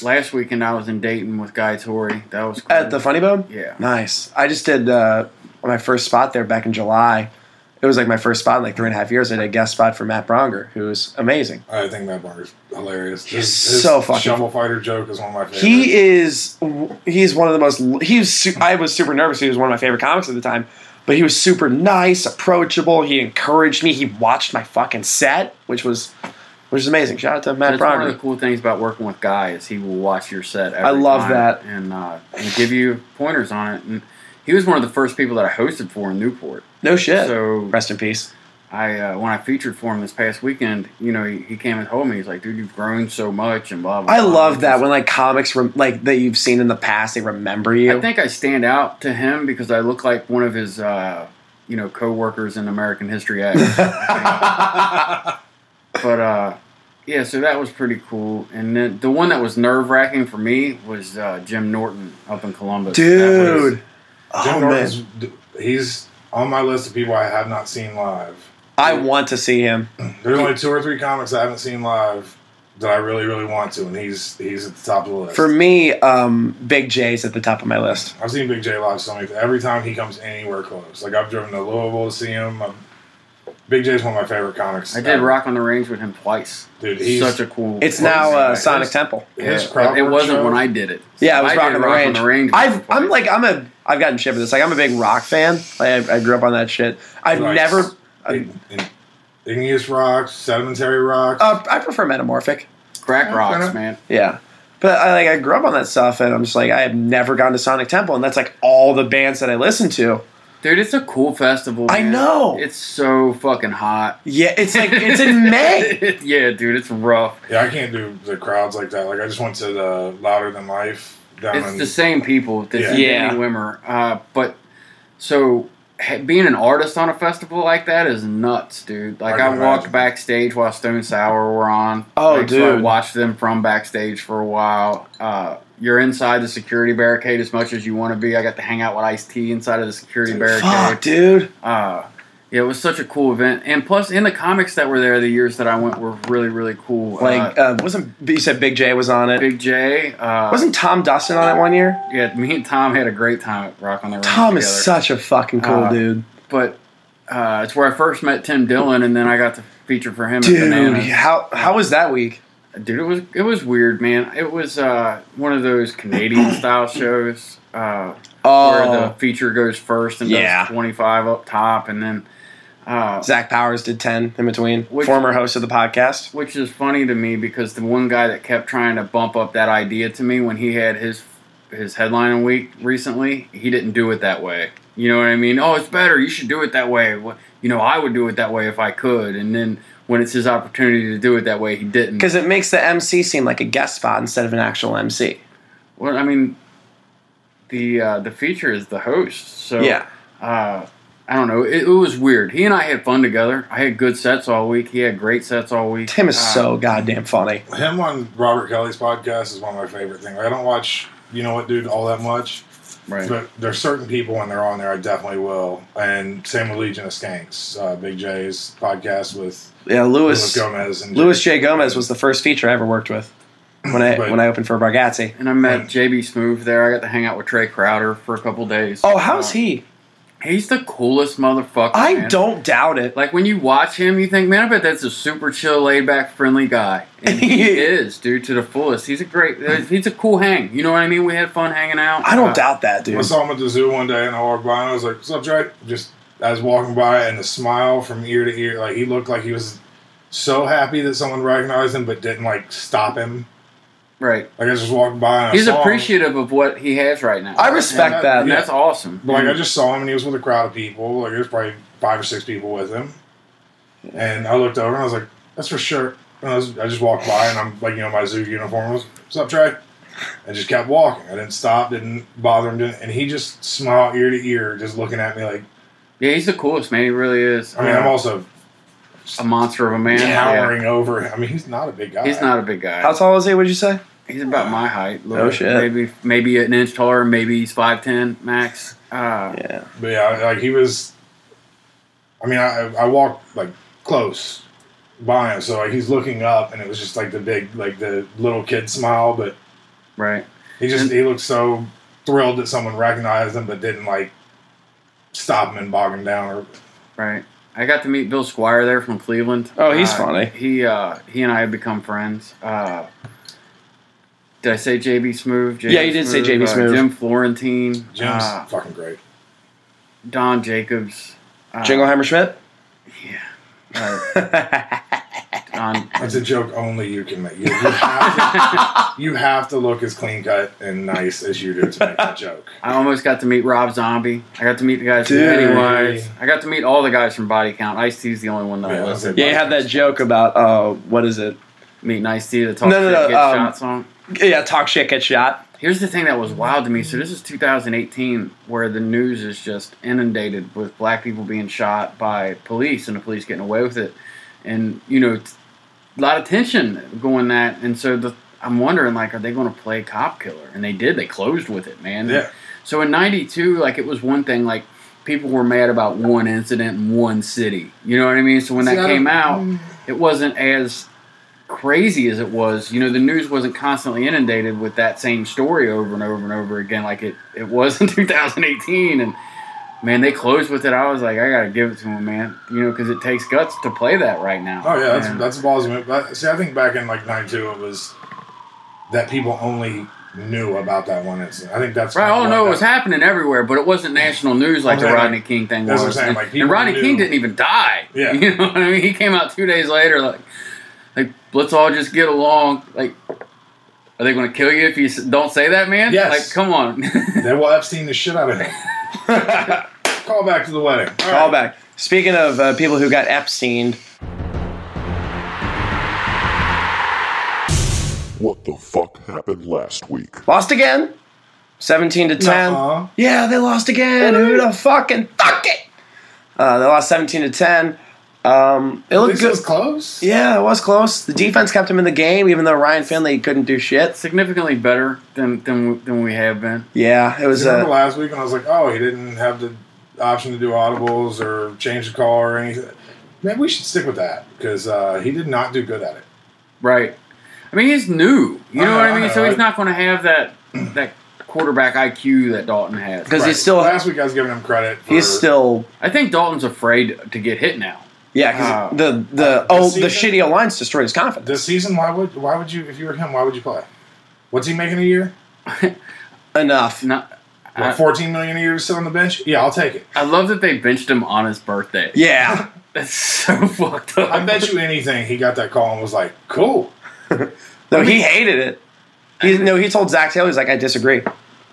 [SPEAKER 6] last weekend I was in Dayton with Guy Tori. That was cool.
[SPEAKER 4] At the Funny Bone?
[SPEAKER 6] Yeah.
[SPEAKER 4] Nice. I just did uh, my first spot there back in July. It was like my first spot in like three and a half years. I did a guest spot for Matt Bronger, who's amazing.
[SPEAKER 5] I think Matt Barnes hilarious. He's
[SPEAKER 4] so fucking-
[SPEAKER 5] shovel fighter joke is one of my favorites.
[SPEAKER 4] He is he's one of the most he's su- I was super nervous. He was one of my favorite comics at the time, but he was super nice, approachable. He encouraged me. He watched my fucking set, which was which is amazing. Shout out to Matt
[SPEAKER 6] That's one of the
[SPEAKER 4] Bronger.
[SPEAKER 6] cool things about working with Guy is he will watch your set. Every
[SPEAKER 4] I love
[SPEAKER 6] time
[SPEAKER 4] that.
[SPEAKER 6] and uh, and give you pointers on it. And he was one of the first people that I hosted for in Newport.
[SPEAKER 4] No shit.
[SPEAKER 6] So-
[SPEAKER 4] Rest in peace.
[SPEAKER 6] I uh, when I featured for him this past weekend, you know, he, he came and told me he's like, dude, you've grown so much and blah blah.
[SPEAKER 4] I
[SPEAKER 6] blah.
[SPEAKER 4] love that
[SPEAKER 6] Just-
[SPEAKER 4] when like comics rem- like that you've seen in the past they remember you.
[SPEAKER 6] I think I stand out to him because I look like one of his, uh, you know, co-workers in American History
[SPEAKER 4] <laughs>
[SPEAKER 6] X. but uh, yeah, so that was pretty cool. And then the one that was nerve wracking for me was uh, Jim Norton up in Columbus. That was-
[SPEAKER 4] Dude,
[SPEAKER 5] Jim
[SPEAKER 4] oh,
[SPEAKER 5] Norton's-
[SPEAKER 4] man.
[SPEAKER 5] he's on my list of people I have not seen live.
[SPEAKER 4] I want to see him.
[SPEAKER 5] There's only two or three comics I haven't seen live that I really, really want to, and he's he's at the top of the list.
[SPEAKER 4] For me, um, Big J's at the top of my list.
[SPEAKER 5] I've seen Big J live so many. Every time he comes anywhere close, like I've driven to Louisville to see him. i Big J's one of my favorite comics. Uh,
[SPEAKER 6] I did Rock on the Rings with him twice.
[SPEAKER 5] Dude, he's-
[SPEAKER 6] such a cool.
[SPEAKER 4] It's now uh,
[SPEAKER 5] Nice.
[SPEAKER 4] Sonic Temple.
[SPEAKER 5] His
[SPEAKER 6] Yeah,
[SPEAKER 5] crowd
[SPEAKER 6] it
[SPEAKER 5] work
[SPEAKER 6] wasn't
[SPEAKER 5] show.
[SPEAKER 6] when I did it.
[SPEAKER 4] Yeah, I was
[SPEAKER 6] did
[SPEAKER 4] rocking the
[SPEAKER 6] Rock on
[SPEAKER 4] range.
[SPEAKER 6] with
[SPEAKER 4] I've,
[SPEAKER 6] him
[SPEAKER 4] I'm
[SPEAKER 6] twice.
[SPEAKER 4] like I'm a I've gotten shit for this. Like I'm a big rock fan. Like I, I grew up on that shit. I've
[SPEAKER 5] Like,
[SPEAKER 4] never. I,
[SPEAKER 5] In- in- igneous rocks, sedimentary rocks.
[SPEAKER 4] uh, I prefer Metamorphic.
[SPEAKER 6] crack rocks,
[SPEAKER 5] enough.
[SPEAKER 6] man.
[SPEAKER 4] Yeah, but I like I grew up on that stuff, and I'm just like I have never gone to Sonic Temple, and that's like all the bands that I listen to.
[SPEAKER 6] Dude, it's a cool festival.
[SPEAKER 4] I
[SPEAKER 6] man.
[SPEAKER 4] know.
[SPEAKER 6] It's so fucking hot.
[SPEAKER 4] Yeah, it's like it's in
[SPEAKER 6] <laughs>
[SPEAKER 4] May.
[SPEAKER 6] yeah, dude, it's rough.
[SPEAKER 5] yeah, I can't do the crowds like that. Like I just went to the Louder Than Life down
[SPEAKER 6] It's
[SPEAKER 5] in
[SPEAKER 6] the same people that
[SPEAKER 5] Yeah.
[SPEAKER 6] yeah.
[SPEAKER 4] Yeah.
[SPEAKER 6] Danny Wimmer. Uh, but so ha- being an artist on a festival like that is nuts, dude. Like
[SPEAKER 5] I
[SPEAKER 6] I,
[SPEAKER 5] can
[SPEAKER 6] walked
[SPEAKER 5] imagine.
[SPEAKER 6] backstage while Stone Sour were on.
[SPEAKER 4] Oh,
[SPEAKER 6] Like, So I
[SPEAKER 4] dude.
[SPEAKER 6] watched them from backstage for a while. Uh, you're inside the security barricade as much as you want to be. I got to hang out with Ice T inside of the security barricade.
[SPEAKER 4] Fuck, dude.
[SPEAKER 6] uh, yeah, it was such a cool event. And plus, in the comics that were there, the years that I went were really, really cool.
[SPEAKER 4] Like
[SPEAKER 6] uh,
[SPEAKER 4] uh, wasn't you said Big J was on it?
[SPEAKER 6] Big J, uh,
[SPEAKER 4] wasn't Tom Dustin on it one year?
[SPEAKER 6] yeah, me and Tom had a great time at Rock on the Range.
[SPEAKER 4] Tom is
[SPEAKER 6] together.
[SPEAKER 4] such a fucking cool
[SPEAKER 6] Uh,
[SPEAKER 4] dude.
[SPEAKER 6] but uh, it's where I first met Tim Dillon, and then I got to feature for him. at
[SPEAKER 4] Dude,
[SPEAKER 6] Bananas.
[SPEAKER 4] how how was that week?
[SPEAKER 6] dude, it was it was weird, man. It was uh, one of those
[SPEAKER 4] <clears throat>
[SPEAKER 6] Canadian style shows. Uh, Where the
[SPEAKER 4] Oh,
[SPEAKER 6] feature goes first and
[SPEAKER 4] Yeah.
[SPEAKER 6] does 25 up top, and then uh,
[SPEAKER 4] Zach Powers did ten in between.
[SPEAKER 6] Which-
[SPEAKER 4] Former host of the podcast.
[SPEAKER 6] which is funny to me because the one guy that kept trying to bump up that idea to me when he had his his headlining week recently, he didn't do it that way. You know what I mean? Oh, it's better. You should do it that way. Wh- You know, I would do it that way if I could. And then when it's his opportunity to do it that way, he didn't.
[SPEAKER 4] Because it makes the MC seem like a guest spot instead of an actual MC.
[SPEAKER 6] Well, I mean, the uh, the feature is the host, so
[SPEAKER 4] Yeah.
[SPEAKER 6] Uh, I don't know. It, it was weird. He and I had fun together. I had good sets all week. He had great sets all week.
[SPEAKER 4] Tim is
[SPEAKER 6] Uh,
[SPEAKER 4] so goddamn funny.
[SPEAKER 5] Him on Robert Kelly's podcast is one of my favorite things. I don't watch, you know what, dude, all that much.
[SPEAKER 6] right.
[SPEAKER 5] But there's certain people when they're on there, I definitely will. And same with Legion of Skanks, uh, Big J's podcast with
[SPEAKER 4] Yeah, Louis
[SPEAKER 5] Luis Gomez and
[SPEAKER 4] Louis J. Gomez was the first feature I ever worked with when I
[SPEAKER 5] Right.
[SPEAKER 4] when I opened for Bargatze.
[SPEAKER 6] and I met JB Smoove there. I got to hang out with Trey Crowder for a couple days.
[SPEAKER 4] Oh, how's
[SPEAKER 6] Uh,
[SPEAKER 4] he?
[SPEAKER 6] He's the coolest motherfucker.
[SPEAKER 4] I
[SPEAKER 6] Oh, man.
[SPEAKER 4] don't doubt it.
[SPEAKER 6] Like when you watch him, you think, man, I bet that's a super chill, laid back, friendly guy.
[SPEAKER 4] <laughs>
[SPEAKER 6] And he is, dude, to the fullest. He's a great, uh, he's a cool hang. You know what I mean? We had fun hanging out.
[SPEAKER 4] I don't
[SPEAKER 6] Uh,
[SPEAKER 4] doubt that, dude.
[SPEAKER 5] I saw him at the zoo one day, and I walked by, and I was like, "What's up, Drake?" Just I was walking by, and the smile from ear to ear, like he looked like he was so happy that someone recognized him, but didn't like stop him.
[SPEAKER 6] Right.
[SPEAKER 5] Like I just walked by, and I
[SPEAKER 6] He's
[SPEAKER 5] saw him.
[SPEAKER 6] appreciative of what he has right now. Uh,
[SPEAKER 4] I respect
[SPEAKER 5] Yeah,
[SPEAKER 4] that.
[SPEAKER 6] and that's awesome.
[SPEAKER 5] But, like I just saw him, and he was with a crowd of people. Like there's probably five or six people with him, and I looked over, and I was like, "That's for sure." And I, was, I just walked by, and I'm like, you know, my zoo uniform. I was, "What's up, Trey?" I just kept walking. I didn't stop, didn't bother him, didn't, and he just smiled ear to ear, just looking at me like.
[SPEAKER 6] yeah, he's the coolest, man. He really is.
[SPEAKER 5] I mean, I'm also
[SPEAKER 6] a monster of a man.
[SPEAKER 5] towering over. I mean, he's not a big guy.
[SPEAKER 6] Yeah. He's not a big guy.
[SPEAKER 4] How tall is he? Would you say?
[SPEAKER 6] He's about my height. a little
[SPEAKER 4] Oh,
[SPEAKER 6] bit.
[SPEAKER 4] shit.
[SPEAKER 6] Maybe maybe an inch taller. Maybe he's five ten max. Uh,
[SPEAKER 4] Yeah.
[SPEAKER 5] But yeah, like he was. I mean, I I walked like close by him, so like he's looking up, and it was just like the big, like the little kid smile. But
[SPEAKER 6] Right.
[SPEAKER 5] he just he looked so thrilled that someone recognized him, but didn't like stop him and bog him down. Or
[SPEAKER 6] Right. I got to meet Bill Squire there from Cleveland.
[SPEAKER 4] Oh, he's
[SPEAKER 6] Uh,
[SPEAKER 4] funny.
[SPEAKER 6] He uh, he and I have become friends. Uh, did I say JB Smoove? JB
[SPEAKER 4] Yeah, you did say JB
[SPEAKER 6] uh,
[SPEAKER 4] Smoove.
[SPEAKER 6] Jim Florentine.
[SPEAKER 5] Jim's
[SPEAKER 6] uh,
[SPEAKER 5] fucking great.
[SPEAKER 6] Don Jacobs. Uh,
[SPEAKER 4] Jingleheimer Schmidt.
[SPEAKER 6] Don,
[SPEAKER 5] That's a joke only you can make. You, you, have, to, you have to look as clean cut and nice as you do to make that joke.
[SPEAKER 6] I almost got to meet Rob Zombie. I got to meet the guys
[SPEAKER 4] Dude.
[SPEAKER 6] from Pennywise. I got to meet all the guys from Body Count. Ice T's the only one that
[SPEAKER 5] Yeah,
[SPEAKER 6] I
[SPEAKER 5] that's it.
[SPEAKER 6] listed.
[SPEAKER 4] Yeah, you have that joke about uh, what is it?
[SPEAKER 6] Meeting Ice T, the talk
[SPEAKER 4] No, no,
[SPEAKER 6] shit,
[SPEAKER 4] no,
[SPEAKER 6] get
[SPEAKER 4] um,
[SPEAKER 6] shot song.
[SPEAKER 4] Yeah, talk shit, get shot.
[SPEAKER 6] Here's the thing that was wild to me. So this is 2018, where the news is just inundated with black people being shot by police and the police getting away with it, and you know, it's a lot of tension going that. And so the, I'm wondering, like, are they going to play cop killer? And they did. They closed with it, man.
[SPEAKER 5] Yeah.
[SPEAKER 6] So in '92, like, it was one thing. Like, people were mad about one incident in one city. You know what I mean? So when
[SPEAKER 5] See,
[SPEAKER 6] that
[SPEAKER 5] I
[SPEAKER 6] came
[SPEAKER 5] don't-
[SPEAKER 4] Mm.
[SPEAKER 6] out, it wasn't as crazy as it was, you know, the news wasn't constantly inundated with that same story over and over and over again like it, it was in <laughs> 2018. And man, they closed with it. I was like, I got to give it to them, man, you know, because it takes guts to play that right now.
[SPEAKER 5] Oh yeah, that's
[SPEAKER 6] And-
[SPEAKER 5] that's a ballsy move. But, see, I think back in like '92, it was that people only knew about that one incident. I think that's
[SPEAKER 6] Right,
[SPEAKER 5] kinda
[SPEAKER 6] oh
[SPEAKER 5] what
[SPEAKER 6] no,
[SPEAKER 5] that-
[SPEAKER 6] it was happening everywhere, but it wasn't national news like the
[SPEAKER 5] Okay.
[SPEAKER 6] Rodney King thing
[SPEAKER 5] That's what
[SPEAKER 6] was.
[SPEAKER 5] I'm saying,
[SPEAKER 6] And,
[SPEAKER 5] like,
[SPEAKER 6] and
[SPEAKER 5] people
[SPEAKER 6] Rodney
[SPEAKER 5] knew.
[SPEAKER 6] King didn't even die. <laughs>
[SPEAKER 5] Yeah.
[SPEAKER 6] you know what I mean. He came out two days later, like, like let's all just get along. Like, are they going to kill you if you s- don't say that, man?
[SPEAKER 5] Yes.
[SPEAKER 6] Like, come on. <laughs>
[SPEAKER 5] They will Epstein the shit out of him. Call back to the wedding. All right.
[SPEAKER 4] Call back. Speaking of uh, people who got Epsteined,
[SPEAKER 3] What the fuck happened last week?
[SPEAKER 4] lost again, seventeen to 10
[SPEAKER 5] Nuh-uh.
[SPEAKER 4] Yeah, they lost again. Who the fucking fuck it? Uh, they lost seventeen to ten. Um, it
[SPEAKER 5] At
[SPEAKER 4] looked
[SPEAKER 5] least
[SPEAKER 4] good.
[SPEAKER 5] it was close.
[SPEAKER 4] Yeah, it was close. The defense kept him in the game, even though Ryan Finley couldn't do shit.
[SPEAKER 6] Significantly better than than than we have been.
[SPEAKER 4] Yeah, it was.
[SPEAKER 5] Remember
[SPEAKER 4] Uh,
[SPEAKER 5] last week when I was like, "Oh, he didn't have the option to do audibles or change the call or anything." Maybe we should stick with that because uh, he did not do good at it.
[SPEAKER 6] Right. I mean, he's new. You know
[SPEAKER 5] I
[SPEAKER 6] what
[SPEAKER 5] know,
[SPEAKER 6] I mean.
[SPEAKER 5] I
[SPEAKER 6] so
[SPEAKER 5] know.
[SPEAKER 6] he's not going to have that that quarterback IQ that Dalton has.
[SPEAKER 4] because he's still
[SPEAKER 5] Last week I was giving him credit. For,
[SPEAKER 4] he's still
[SPEAKER 6] I think Dalton's afraid to get hit now.
[SPEAKER 4] yeah. 'cause
[SPEAKER 5] Ah.
[SPEAKER 6] Uh,
[SPEAKER 4] the the oh the
[SPEAKER 5] season-
[SPEAKER 4] shitty alliance destroyed his confidence.
[SPEAKER 5] this season. Why would why would you if you were him? Why would you play? What's he making a year?
[SPEAKER 4] Enough.
[SPEAKER 6] Not.
[SPEAKER 5] What,
[SPEAKER 6] I-
[SPEAKER 5] 14 million a year to sit on the bench? Yeah, I'll take it.
[SPEAKER 6] I love that they benched him on his birthday.
[SPEAKER 5] <laughs>
[SPEAKER 4] Yeah.
[SPEAKER 6] That's so <laughs> fucked up.
[SPEAKER 5] I bet you anything he got that call and was like, cool.
[SPEAKER 4] No, he hated it. He, no, he told Zach Taylor, he's like, I disagree.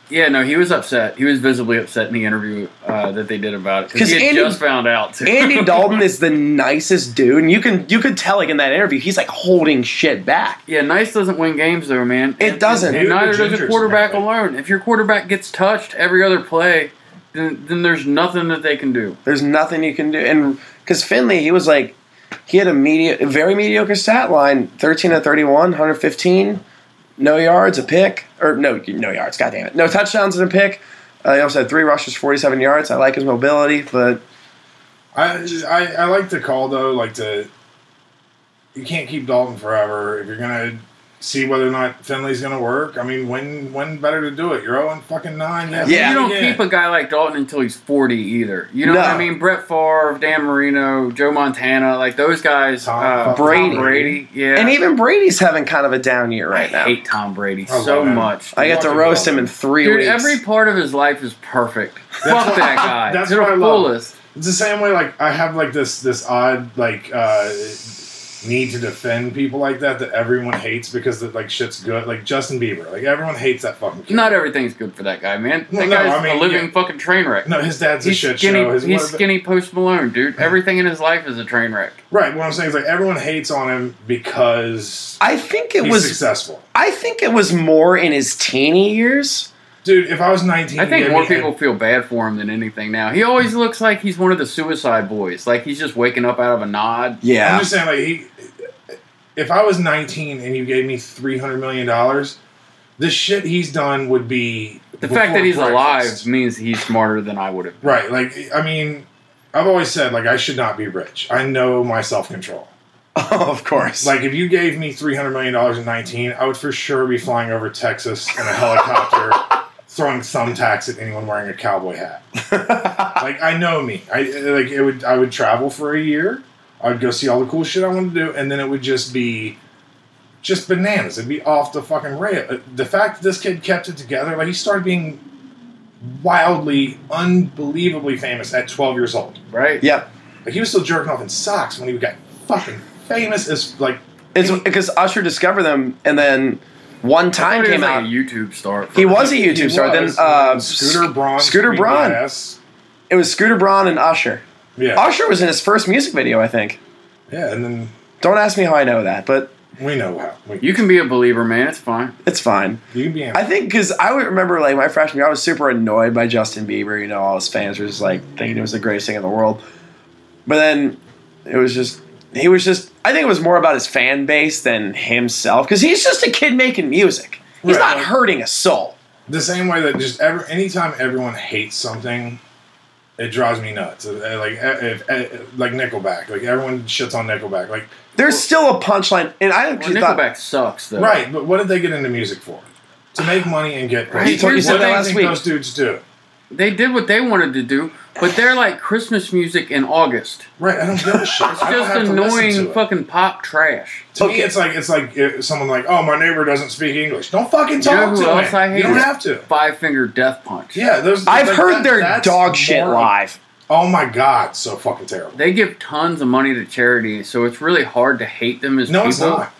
[SPEAKER 6] Yeah, no, he was upset. He was visibly upset in the interview uh, that they did about it
[SPEAKER 4] 'Cause
[SPEAKER 6] because he had
[SPEAKER 4] Andy-
[SPEAKER 6] just found out.
[SPEAKER 5] <laughs>
[SPEAKER 6] Too.
[SPEAKER 4] Andy Dalton is the nicest dude, and you can you could tell like in that interview he's like holding shit back.
[SPEAKER 6] yeah, nice doesn't win games though, man.
[SPEAKER 4] It
[SPEAKER 6] And-
[SPEAKER 4] doesn't.
[SPEAKER 6] And neither does
[SPEAKER 5] Ginger's
[SPEAKER 6] a quarterback
[SPEAKER 5] apparently.
[SPEAKER 6] alone. If your quarterback gets touched every other play, then then there's nothing that they can do.
[SPEAKER 4] There's nothing you can do, and because Finley he was like he had a media a very mediocre stat line: thirteen of 31, 115, no yards, a pick, or no no yards. God damn it, no touchdowns and a pick. Uh, he also had three rushes, forty-seven yards. I like his mobility, but
[SPEAKER 5] I, I I like to call though, like to you can't keep Dalton forever if you're gonna see whether or not Finley's gonna work. I mean, when when better to do it? You're 0 and fucking nine. Yes,
[SPEAKER 4] Yeah.
[SPEAKER 6] You don't
[SPEAKER 5] yeah.
[SPEAKER 6] keep a guy like Dalton until he's 40 either. You know
[SPEAKER 4] No.
[SPEAKER 6] what I mean? Brett Favre, Dan Marino, Joe Montana, like those guys.
[SPEAKER 5] Tom-
[SPEAKER 6] uh, Tom
[SPEAKER 4] Brady.
[SPEAKER 6] Brady. Yeah.
[SPEAKER 4] and even Brady's having kind of a down year
[SPEAKER 6] I
[SPEAKER 4] right now.
[SPEAKER 6] hate Tom Brady
[SPEAKER 5] I love
[SPEAKER 6] so
[SPEAKER 5] him.
[SPEAKER 6] much.
[SPEAKER 4] I get to
[SPEAKER 5] Fucking
[SPEAKER 4] roast him
[SPEAKER 5] love
[SPEAKER 4] in three
[SPEAKER 6] Dude,
[SPEAKER 4] weeks.
[SPEAKER 6] every part of his life is perfect.
[SPEAKER 5] <laughs>
[SPEAKER 6] Fuck that guy.
[SPEAKER 5] that's
[SPEAKER 6] to
[SPEAKER 5] what
[SPEAKER 6] the
[SPEAKER 5] I love.
[SPEAKER 6] fullest.
[SPEAKER 5] It's the same way. Like I have like this this odd like uh need to defend people like that that everyone hates because that like shit's good. Like Justin Bieber. Like everyone hates that fucking kid.
[SPEAKER 6] Not everything's good for that guy, man.
[SPEAKER 5] No,
[SPEAKER 6] that
[SPEAKER 5] no,
[SPEAKER 6] guy's
[SPEAKER 5] I mean,
[SPEAKER 6] a living
[SPEAKER 5] yeah.
[SPEAKER 6] fucking train wreck.
[SPEAKER 5] no, his dad's a
[SPEAKER 6] he's
[SPEAKER 5] shit
[SPEAKER 6] skinny.
[SPEAKER 5] show. His
[SPEAKER 6] he's
[SPEAKER 5] what-
[SPEAKER 6] skinny post Malone, dude. Everything in his life is a train wreck.
[SPEAKER 5] Right. What I'm saying is like everyone hates on him because
[SPEAKER 4] I think it
[SPEAKER 5] he's
[SPEAKER 4] was
[SPEAKER 5] successful.
[SPEAKER 4] I think it was more in his teeny years.
[SPEAKER 5] Dude, if I was 19,
[SPEAKER 6] I think
[SPEAKER 5] give
[SPEAKER 6] more
[SPEAKER 5] me a-
[SPEAKER 6] people feel bad for him than anything now. He always looks like he's one of the suicide boys. Like he's just waking up out of a nod.
[SPEAKER 5] I'm
[SPEAKER 4] Yeah.
[SPEAKER 5] just saying, like, he, if I was 19 and you gave me 300 million dollars, the shit he's done would be
[SPEAKER 6] The fact that he's alive
[SPEAKER 5] breakfast.
[SPEAKER 6] means he's smarter than I would have. been.
[SPEAKER 5] Right. Like, I mean, I've always said, like, I should not be rich. I know my self control.
[SPEAKER 4] <laughs> of course.
[SPEAKER 5] Like, if you gave me 300 million dollars in 19, I would for sure be flying over Texas in a helicopter. Throwing thumbtacks at anyone wearing a cowboy hat. like I know me. I like it would. I would travel for a year. I would go see all the cool shit I wanted to do, and then it would just be just bananas. It'd be off the fucking rail. Uh, The fact that this kid kept it together, like he started being wildly, unbelievably famous at 12 years old.
[SPEAKER 6] Right?
[SPEAKER 4] yep.
[SPEAKER 5] Like he was still jerking off in socks when he got fucking famous as like
[SPEAKER 4] It's because Usher discovered them and then one time
[SPEAKER 6] He was
[SPEAKER 4] came
[SPEAKER 6] like
[SPEAKER 4] out.
[SPEAKER 6] a YouTube star.
[SPEAKER 4] he was a YouTube
[SPEAKER 5] he
[SPEAKER 4] star. Then
[SPEAKER 5] was.
[SPEAKER 4] uh,
[SPEAKER 5] Scooter
[SPEAKER 4] Sc-
[SPEAKER 5] Braun,
[SPEAKER 4] Scooter
[SPEAKER 5] Sweet
[SPEAKER 4] Braun.
[SPEAKER 5] Badass.
[SPEAKER 4] It was Scooter Braun and Usher.
[SPEAKER 5] Yeah,
[SPEAKER 4] Usher was in his first music video, I think.
[SPEAKER 5] yeah, and then
[SPEAKER 4] Don't ask me how I know that, but
[SPEAKER 5] we know how we,
[SPEAKER 6] You can be a believer, man. It's fine.
[SPEAKER 4] it's fine.
[SPEAKER 5] you can be.
[SPEAKER 4] I think because I would remember like my freshman year, I was super annoyed by Justin Bieber. You know, all his fans were just like thinking it was the greatest thing in the world. But then it was just he was just I think it was more about his fan base than himself because he's just a kid making music. He's
[SPEAKER 5] Right.
[SPEAKER 4] not hurting a soul.
[SPEAKER 5] the same way that just ever anytime everyone hates something it drives me nuts Uh, uh, like uh, if, uh, like nickelback like everyone shits on nickelback like
[SPEAKER 4] There's still a punchline, and I
[SPEAKER 6] Well,
[SPEAKER 4] actually thought
[SPEAKER 6] Nickelback sucks, though.
[SPEAKER 5] right but what did they get into music for to make money and get
[SPEAKER 6] Right.
[SPEAKER 4] You told- you
[SPEAKER 5] what
[SPEAKER 4] said
[SPEAKER 5] do
[SPEAKER 4] that
[SPEAKER 5] you
[SPEAKER 4] last
[SPEAKER 5] think
[SPEAKER 4] week.
[SPEAKER 5] those dudes do
[SPEAKER 6] They did what they wanted to do, but they're like Christmas music in August.
[SPEAKER 5] right i don't give
[SPEAKER 4] <laughs>
[SPEAKER 5] a shit
[SPEAKER 6] It's just annoying fucking pop trash.
[SPEAKER 5] to me it's like it's like uh, someone like oh my neighbor doesn't speak english don't fucking
[SPEAKER 6] You know
[SPEAKER 5] talk
[SPEAKER 6] who
[SPEAKER 5] to
[SPEAKER 6] else
[SPEAKER 5] him
[SPEAKER 6] I hate?
[SPEAKER 5] you don't
[SPEAKER 6] is
[SPEAKER 5] have to
[SPEAKER 6] Five Finger Death Punch.
[SPEAKER 5] yeah those
[SPEAKER 4] I've
[SPEAKER 5] like,
[SPEAKER 4] heard
[SPEAKER 5] that-
[SPEAKER 4] they're
[SPEAKER 5] that's
[SPEAKER 4] dog shit
[SPEAKER 5] more-
[SPEAKER 4] live.
[SPEAKER 5] oh my god so fucking terrible
[SPEAKER 6] They give tons of money to charity, so it's really hard to hate them as
[SPEAKER 5] no
[SPEAKER 6] people.
[SPEAKER 5] it's not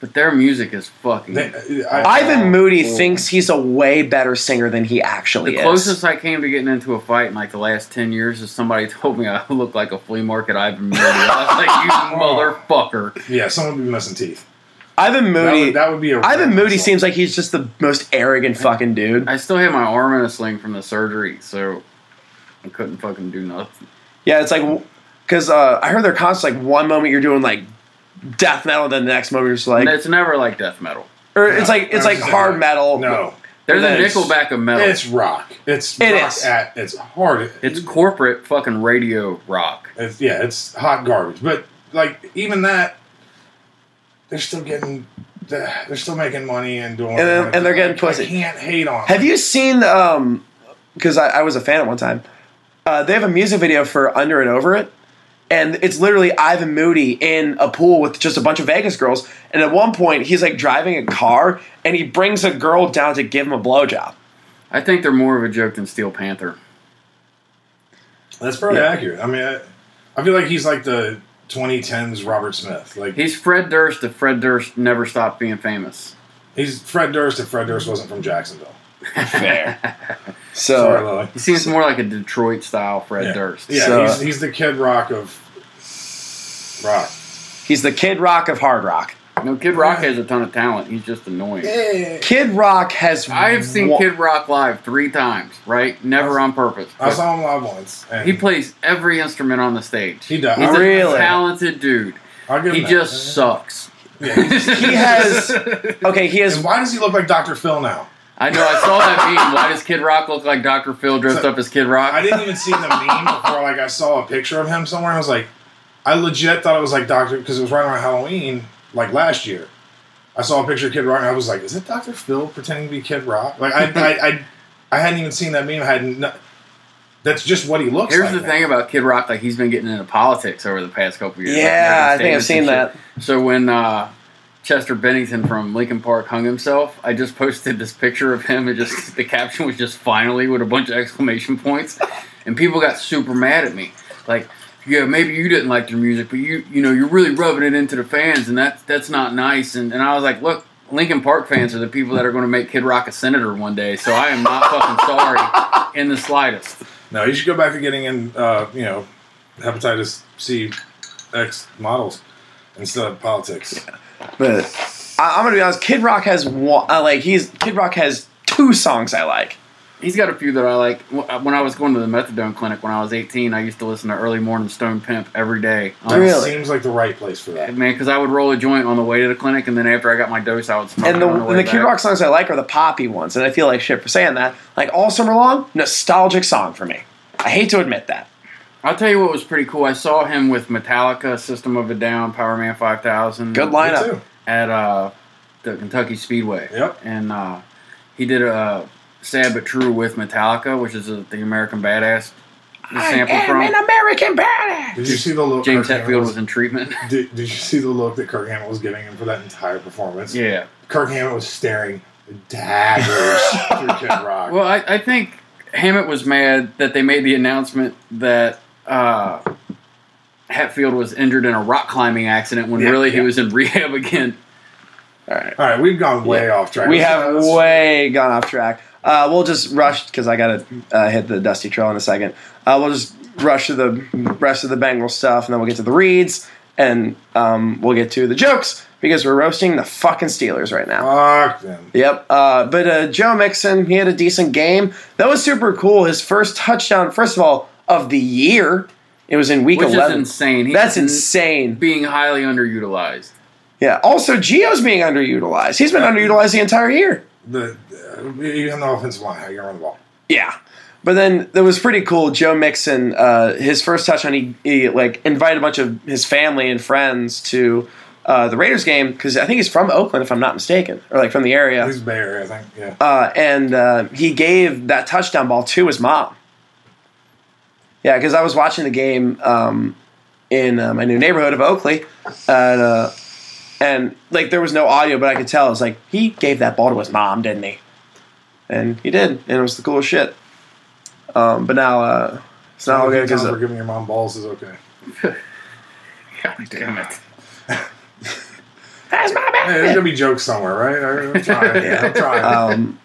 [SPEAKER 6] But their music is fucking.
[SPEAKER 5] They- I-
[SPEAKER 4] Ivan Moody
[SPEAKER 6] cool.
[SPEAKER 4] thinks he's a way better singer than he actually
[SPEAKER 6] the
[SPEAKER 4] is.
[SPEAKER 6] closest I came to getting into a fight in like the last ten years is somebody <laughs> told me I look like a flea market Ivan Moody.
[SPEAKER 5] <laughs>
[SPEAKER 6] I was like, you motherfucker!
[SPEAKER 5] yeah someone would be missing teeth That
[SPEAKER 4] Ivan Moody.
[SPEAKER 5] would, that would be a.
[SPEAKER 4] Ivan Moody
[SPEAKER 5] insult.
[SPEAKER 4] seems like he's just the most arrogant fucking dude.
[SPEAKER 6] I still had my arm in a sling from the surgery, so I couldn't fucking do nothing.
[SPEAKER 4] Yeah, it's like because uh, I heard their concerts. Like one moment you're doing like death metal, then the next moment you're just like,
[SPEAKER 6] And it's never like death metal.
[SPEAKER 4] or it's like it's
[SPEAKER 5] No,
[SPEAKER 4] like
[SPEAKER 5] just
[SPEAKER 4] hard
[SPEAKER 5] like-
[SPEAKER 4] metal.
[SPEAKER 5] No,
[SPEAKER 6] There's a
[SPEAKER 4] And it's-
[SPEAKER 6] Nickelback of metal.
[SPEAKER 5] it's rock. It's
[SPEAKER 4] It
[SPEAKER 5] rock
[SPEAKER 4] is.
[SPEAKER 5] at its hard.
[SPEAKER 6] It's corporate fucking radio rock.
[SPEAKER 5] it's yeah, it's hot garbage. But like even that, they're still getting, they're still making money and doing. what
[SPEAKER 4] And
[SPEAKER 5] they
[SPEAKER 4] then-
[SPEAKER 5] wanna
[SPEAKER 4] and they're
[SPEAKER 5] do.
[SPEAKER 4] getting
[SPEAKER 5] Like,
[SPEAKER 4] pussy.
[SPEAKER 5] I can't hate on.
[SPEAKER 4] Have you seen? Um, because I, I was a fan at one time. Uh, they have a music video for "Under and Over It," and it's literally Ivan Moody in a pool with just a bunch of Vegas girls. And at one point, he's like driving a car, and he brings a girl down to give him a blowjob.
[SPEAKER 6] I think they're more of a joke than Steel Panther.
[SPEAKER 5] That's probably
[SPEAKER 4] Yeah.
[SPEAKER 5] accurate. I mean, I, I feel like he's like the 2010s Robert Smith. Like
[SPEAKER 6] He's Fred Durst if Fred Durst never stopped being famous.
[SPEAKER 5] he's Fred Durst if Fred Durst wasn't from Jacksonville.
[SPEAKER 4] Fair.
[SPEAKER 5] Sorry,
[SPEAKER 4] <laughs> So
[SPEAKER 5] Lily.
[SPEAKER 6] He seems more like a Detroit style Fred
[SPEAKER 5] Yeah,
[SPEAKER 6] Durst.
[SPEAKER 5] yeah
[SPEAKER 4] So-
[SPEAKER 5] he's, he's the Kid Rock of rock.
[SPEAKER 4] he's the Kid Rock of hard rock.
[SPEAKER 6] No, Kid Rock has a ton of talent. He's just annoying.
[SPEAKER 4] Kid Rock has.
[SPEAKER 6] I have seen
[SPEAKER 4] wa-
[SPEAKER 6] Kid Rock live three times, right? Never on purpose.
[SPEAKER 5] I saw him live once. And
[SPEAKER 6] He plays every instrument on the stage.
[SPEAKER 5] He does.
[SPEAKER 6] He's
[SPEAKER 4] Really?
[SPEAKER 6] a talented dude.
[SPEAKER 5] I'll give him
[SPEAKER 6] He
[SPEAKER 5] that.
[SPEAKER 6] just sucks.
[SPEAKER 4] He has. Okay,
[SPEAKER 5] <laughs>
[SPEAKER 4] he
[SPEAKER 5] And
[SPEAKER 4] has.
[SPEAKER 5] why does he look like Dr. Phil now?
[SPEAKER 6] I know. I saw that meme. Why does Kid Rock look like Dr. Phil dressed
[SPEAKER 5] So-
[SPEAKER 6] up as Kid Rock?
[SPEAKER 5] I didn't even see the
[SPEAKER 6] <laughs>
[SPEAKER 5] meme before. Like I saw a picture of him somewhere. I was like, I legit thought it was like Doctor because it was right around Halloween, like last year. I saw a picture of Kid Rock and I was like, is it Doctor Phil pretending to be Kid Rock? Like I, I, I, I hadn't even seen that meme. I had no, that's just what he looks.
[SPEAKER 6] Here's
[SPEAKER 5] like
[SPEAKER 6] the
[SPEAKER 5] now.
[SPEAKER 6] thing about Kid Rock, like he's been getting into politics over the past couple years.
[SPEAKER 4] Yeah,
[SPEAKER 6] like,
[SPEAKER 4] I think I've
[SPEAKER 6] statements and
[SPEAKER 4] seen
[SPEAKER 6] shit. So when uh, Chester Bennington from Lincoln Park hung himself, I just posted this picture of him, and just <laughs> the caption was just finally with a bunch of exclamation points, and people got super mad at me, like. Yeah, maybe you didn't like their music, but you you know you're really rubbing it into the fans, and that's that's not nice. And, and I was like, look, Lincoln Park fans are the people that are going to make Kid Rock a senator one day, so I am not fucking sorry in the slightest.
[SPEAKER 5] No, you should go back to getting in. Uh, you know, hepatitis C X models instead of politics.
[SPEAKER 4] But I, I'm gonna be honest. Kid Rock has one. Uh, like he's Kid Rock has two songs I like.
[SPEAKER 6] He's got a few that I like. uh, When I was going to the methadone clinic when I was 18, I used to listen to early morning Stone Pimp every day. Um,
[SPEAKER 4] Really?
[SPEAKER 5] seems like the right place for that.
[SPEAKER 6] Man, because I would roll a joint on the way to the clinic, and then after I got my dose, I would smoke.
[SPEAKER 4] And the,
[SPEAKER 6] it on
[SPEAKER 4] and
[SPEAKER 6] way
[SPEAKER 4] the Kid
[SPEAKER 6] back.
[SPEAKER 4] Rock songs I like are the poppy ones, and I feel like shit for saying that. Like all summer long, nostalgic song for me. I hate to admit that.
[SPEAKER 6] I'll tell you what was pretty cool. I saw him with Metallica, System of a Down, Power Man 5000.
[SPEAKER 4] Good
[SPEAKER 5] Me
[SPEAKER 4] lineup.
[SPEAKER 5] too.
[SPEAKER 6] At uh, the Kentucky Speedway.
[SPEAKER 5] Yep.
[SPEAKER 6] And uh, he did a uh, Sad But True with Metallica, which is a, the American Badass sample from.
[SPEAKER 4] American badass.
[SPEAKER 5] Did you see the look?
[SPEAKER 6] James
[SPEAKER 5] Kirk
[SPEAKER 6] Hetfield
[SPEAKER 5] Hamill's-
[SPEAKER 6] was in treatment. <laughs>
[SPEAKER 5] Did, did you see the look that Kirk Hammett was giving him for that entire performance?
[SPEAKER 6] yeah.
[SPEAKER 5] Kirk Hammett was staring daggers
[SPEAKER 6] <laughs>
[SPEAKER 5] through Kid Rock.
[SPEAKER 6] Well, I, I think Hammett was mad that they made the announcement that uh, Hatfield was injured in a rock climbing accident when
[SPEAKER 4] Yeah,
[SPEAKER 6] really he
[SPEAKER 4] yeah.
[SPEAKER 6] was in <laughs> rehab again.
[SPEAKER 4] All right.
[SPEAKER 5] All right, we've gone way off track.
[SPEAKER 4] We
[SPEAKER 5] Let's-
[SPEAKER 4] have
[SPEAKER 5] let's-
[SPEAKER 4] way gone off track. Uh, we'll just rush because I gotta uh, hit the dusty trail in a second. Uh, we'll just rush to the rest of the Bengal stuff, and then we'll get to the reads, and um, we'll get to the jokes because we're roasting the fucking Steelers right now.
[SPEAKER 5] Fuck them.
[SPEAKER 4] Yep. Uh, but uh, Joe Mixon, he had a decent game. That was super cool. His first touchdown, first of all, of the year. It was in week
[SPEAKER 6] Which is
[SPEAKER 4] 11.
[SPEAKER 6] insane. He
[SPEAKER 4] That's
[SPEAKER 6] n-
[SPEAKER 4] insane.
[SPEAKER 6] Being highly underutilized.
[SPEAKER 4] Yeah. Also, Geo's being underutilized. He's been underutilized the entire year.
[SPEAKER 5] The, uh, you have no offensive line. How you gonna run the ball?
[SPEAKER 4] Yeah. But then that was pretty cool. Joe Mixon, uh, his first touchdown, he, he like invited a bunch of his family and friends to uh, the Raiders game because I think he's from Oakland, if I'm not mistaken, or like from the area.
[SPEAKER 5] He's Bear, I think. Yeah.
[SPEAKER 4] uh, and uh, he gave that touchdown ball to his mom. Yeah, because I was watching the game um, in uh, my new neighborhood of Oakley, and, uh, and like there was no audio, but I could tell. It was like he gave that ball to his mom, didn't he? And he did, and it was the coolest shit. Um, but now uh, it's not
[SPEAKER 6] Oh,
[SPEAKER 4] all good uh,
[SPEAKER 5] Because
[SPEAKER 4] because
[SPEAKER 5] we're giving your mom balls is okay.
[SPEAKER 6] God damn it.
[SPEAKER 4] that's my
[SPEAKER 5] Hey, there's gonna be jokes somewhere, right? I'm trying.
[SPEAKER 4] <laughs>
[SPEAKER 5] I'm trying.
[SPEAKER 4] Um,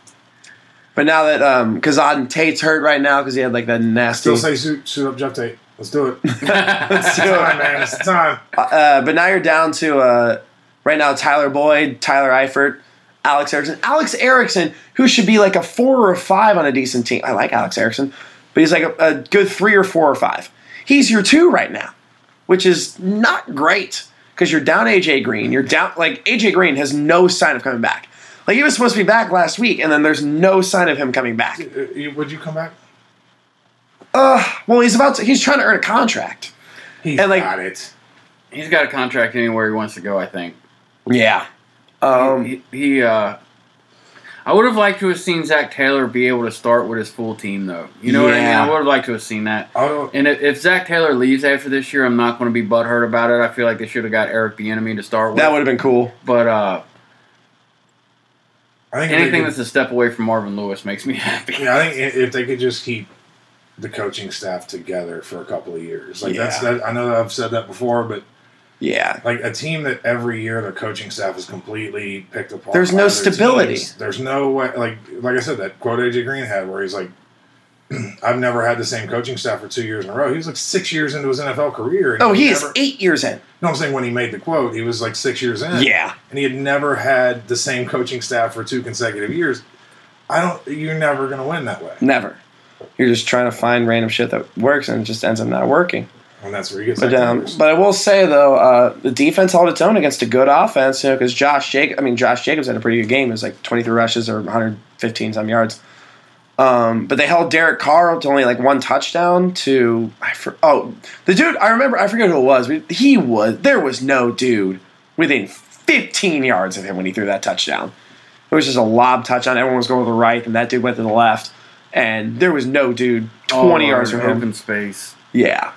[SPEAKER 4] but now that um, Kazan Tate's hurt right now because he had like that nasty.
[SPEAKER 5] Still
[SPEAKER 4] <laughs>
[SPEAKER 5] say shoot, shoot up Jeff Tate. Let's do it. It's time, man. It's time.
[SPEAKER 4] Uh, but now you're down to uh, right now Tyler Boyd, Tyler Eifert, Alex Erickson. Alex Erickson, who should be like a four or a five on a decent team. I like Alex Erickson, but he's like a, a good three or four or five. He's your two right now, which is not great because you're down AJ Green. You're down like AJ Green has no sign of coming back. Like he was supposed to be back last week, and then there's no sign of him coming back.
[SPEAKER 5] Uh, you- Would you come back?
[SPEAKER 4] Well, he's about to. He's trying to earn a contract.
[SPEAKER 5] He
[SPEAKER 4] And, like-
[SPEAKER 5] got it.
[SPEAKER 6] He's got a contract anywhere he wants to go, I think.
[SPEAKER 4] Yeah. Um,
[SPEAKER 6] He, he uh, I would have liked to have seen Zach Taylor be able to start with his full team, though. You know what I mean?
[SPEAKER 4] Yeah. Oh.
[SPEAKER 6] I would have liked to have seen that.
[SPEAKER 5] I don't-
[SPEAKER 6] And if, if Zach Taylor leaves after this year, I'm not going to be butthurt about it. I feel like they should have got Eric the Enemy to start with.
[SPEAKER 4] that would have been cool.
[SPEAKER 6] But uh,
[SPEAKER 5] I think if they
[SPEAKER 6] anything
[SPEAKER 5] could-
[SPEAKER 6] that's a step away from Marvin Lewis makes me happy.
[SPEAKER 5] Yeah, I think i- if they could just keep the coaching staff together for a couple of years, like that's
[SPEAKER 4] Yeah.
[SPEAKER 5] that. I know that I've said that before, but
[SPEAKER 4] Yeah.
[SPEAKER 5] Like a team that every year their coaching staff is completely picked apart.
[SPEAKER 4] There's
[SPEAKER 5] by
[SPEAKER 4] no
[SPEAKER 5] other
[SPEAKER 4] stability.
[SPEAKER 5] teams. There's no way. Like like I said, that quote AJ Green had where he's like, <clears throat> "I've never had the same coaching staff for two years in a row." He was like six years into his NFL career. and
[SPEAKER 4] Oh, he is
[SPEAKER 5] never-
[SPEAKER 4] eight years in.
[SPEAKER 5] No, I'm saying when he made the quote, he was like six years in.
[SPEAKER 4] Yeah.
[SPEAKER 5] and he had never had the same coaching staff for two consecutive years. I don't. You're never going to win that way,
[SPEAKER 4] Never. You're just trying to find random shit that works and it just ends up not working.
[SPEAKER 5] and that's where he gets.
[SPEAKER 4] But um,
[SPEAKER 5] outnumbers.
[SPEAKER 4] but I will say though, uh, the defense held its own against a good offense. You know, because Josh Jacob, I mean Josh Jacobs had a pretty good game. It was like 23 rushes or 115 some yards. Um, but they held Derek Carr to only like one touchdown. To I for, oh the dude I remember I forget who it was. but He was there was no dude within 15 yards of him when he threw that touchdown. It was just a lob touchdown. Everyone was going to the right, and that dude went to the left, and there was no dude 20
[SPEAKER 6] <laughs> All
[SPEAKER 4] yards from
[SPEAKER 6] over
[SPEAKER 4] him.
[SPEAKER 6] open space.
[SPEAKER 4] Yeah.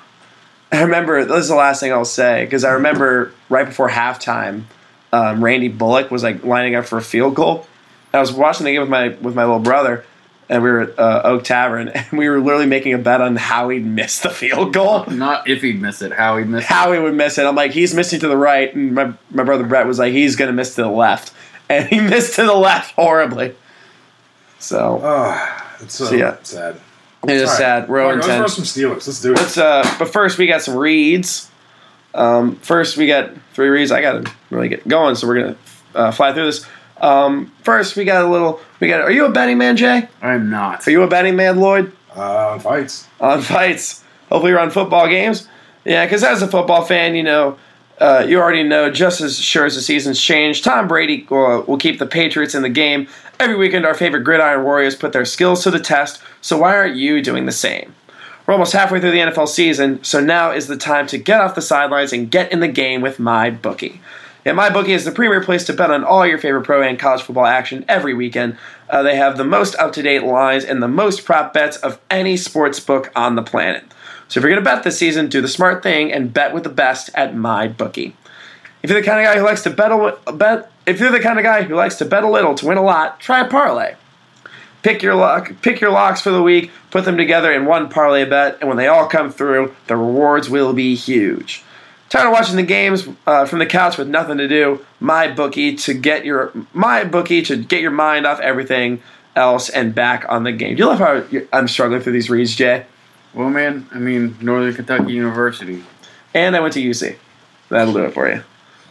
[SPEAKER 4] I remember, this is the last thing I'll say, because I remember right before halftime, um, Randy Bullock was like lining up for a field goal. I was watching the game with my with my little brother, and we were at uh, Oak Tavern, <laughs> and we were literally making a bet on how he'd miss the field goal.
[SPEAKER 6] Not if he'd miss it, how he'd miss it.
[SPEAKER 4] How he would miss it. I'm like, he's missing to the right, and my, my brother Brett was like, he's going to miss to the left. And he <laughs> missed to the left horribly. So,
[SPEAKER 5] it's so
[SPEAKER 4] yeah.
[SPEAKER 5] sad.
[SPEAKER 4] it is
[SPEAKER 5] All right.
[SPEAKER 4] sad. We're
[SPEAKER 5] All right,
[SPEAKER 4] 0
[SPEAKER 5] let's throw
[SPEAKER 4] 10.
[SPEAKER 5] some Steelers. Let's do it.
[SPEAKER 4] Let's, uh, but first we got some reads. Um, first we got three reads. I gotta really get going, so we're gonna uh, fly through this. Um, first we got a little. We got. Are you a betting man, Jay?
[SPEAKER 6] I'm not.
[SPEAKER 4] Are you a betting man, Lloyd?
[SPEAKER 5] Uh, on fights.
[SPEAKER 4] On <laughs> fights. Hopefully you're on football games. Yeah, because as a football fan, you know. Uh, you already know, just as sure as the seasons change, Tom Brady uh, will keep the Patriots in the game. Every weekend, our favorite gridiron warriors put their skills to the test, so why aren't you doing the same? We're almost halfway through the NFL season, so now is the time to get off the sidelines and get in the game with my bookie. Yeah, my bookie is the premier place to bet on all your favorite pro and college football action every weekend. Uh, they have the most up-to-date lines and the most prop bets of any sports book on the planet. So if you're going to bet this season, do the smart thing and bet with the best at my bookie. If you're the kind of guy who likes to bet a, li- bet, if you're the kind of guy who likes to bet a little to win a lot, try a parlay pick your lock, pick your locks for the week, put them together in one parlay bet, and when they all come through, the rewards will be huge. Tired of watching the games uh, from the couch with nothing to do? My bookie to get your my bookie to get your mind off everything else and back on the game. You love how you- I'm struggling through these reads, Jay.
[SPEAKER 6] Well, man, I mean, Northern Kentucky University.
[SPEAKER 4] And I went to UC. That'll do it for you.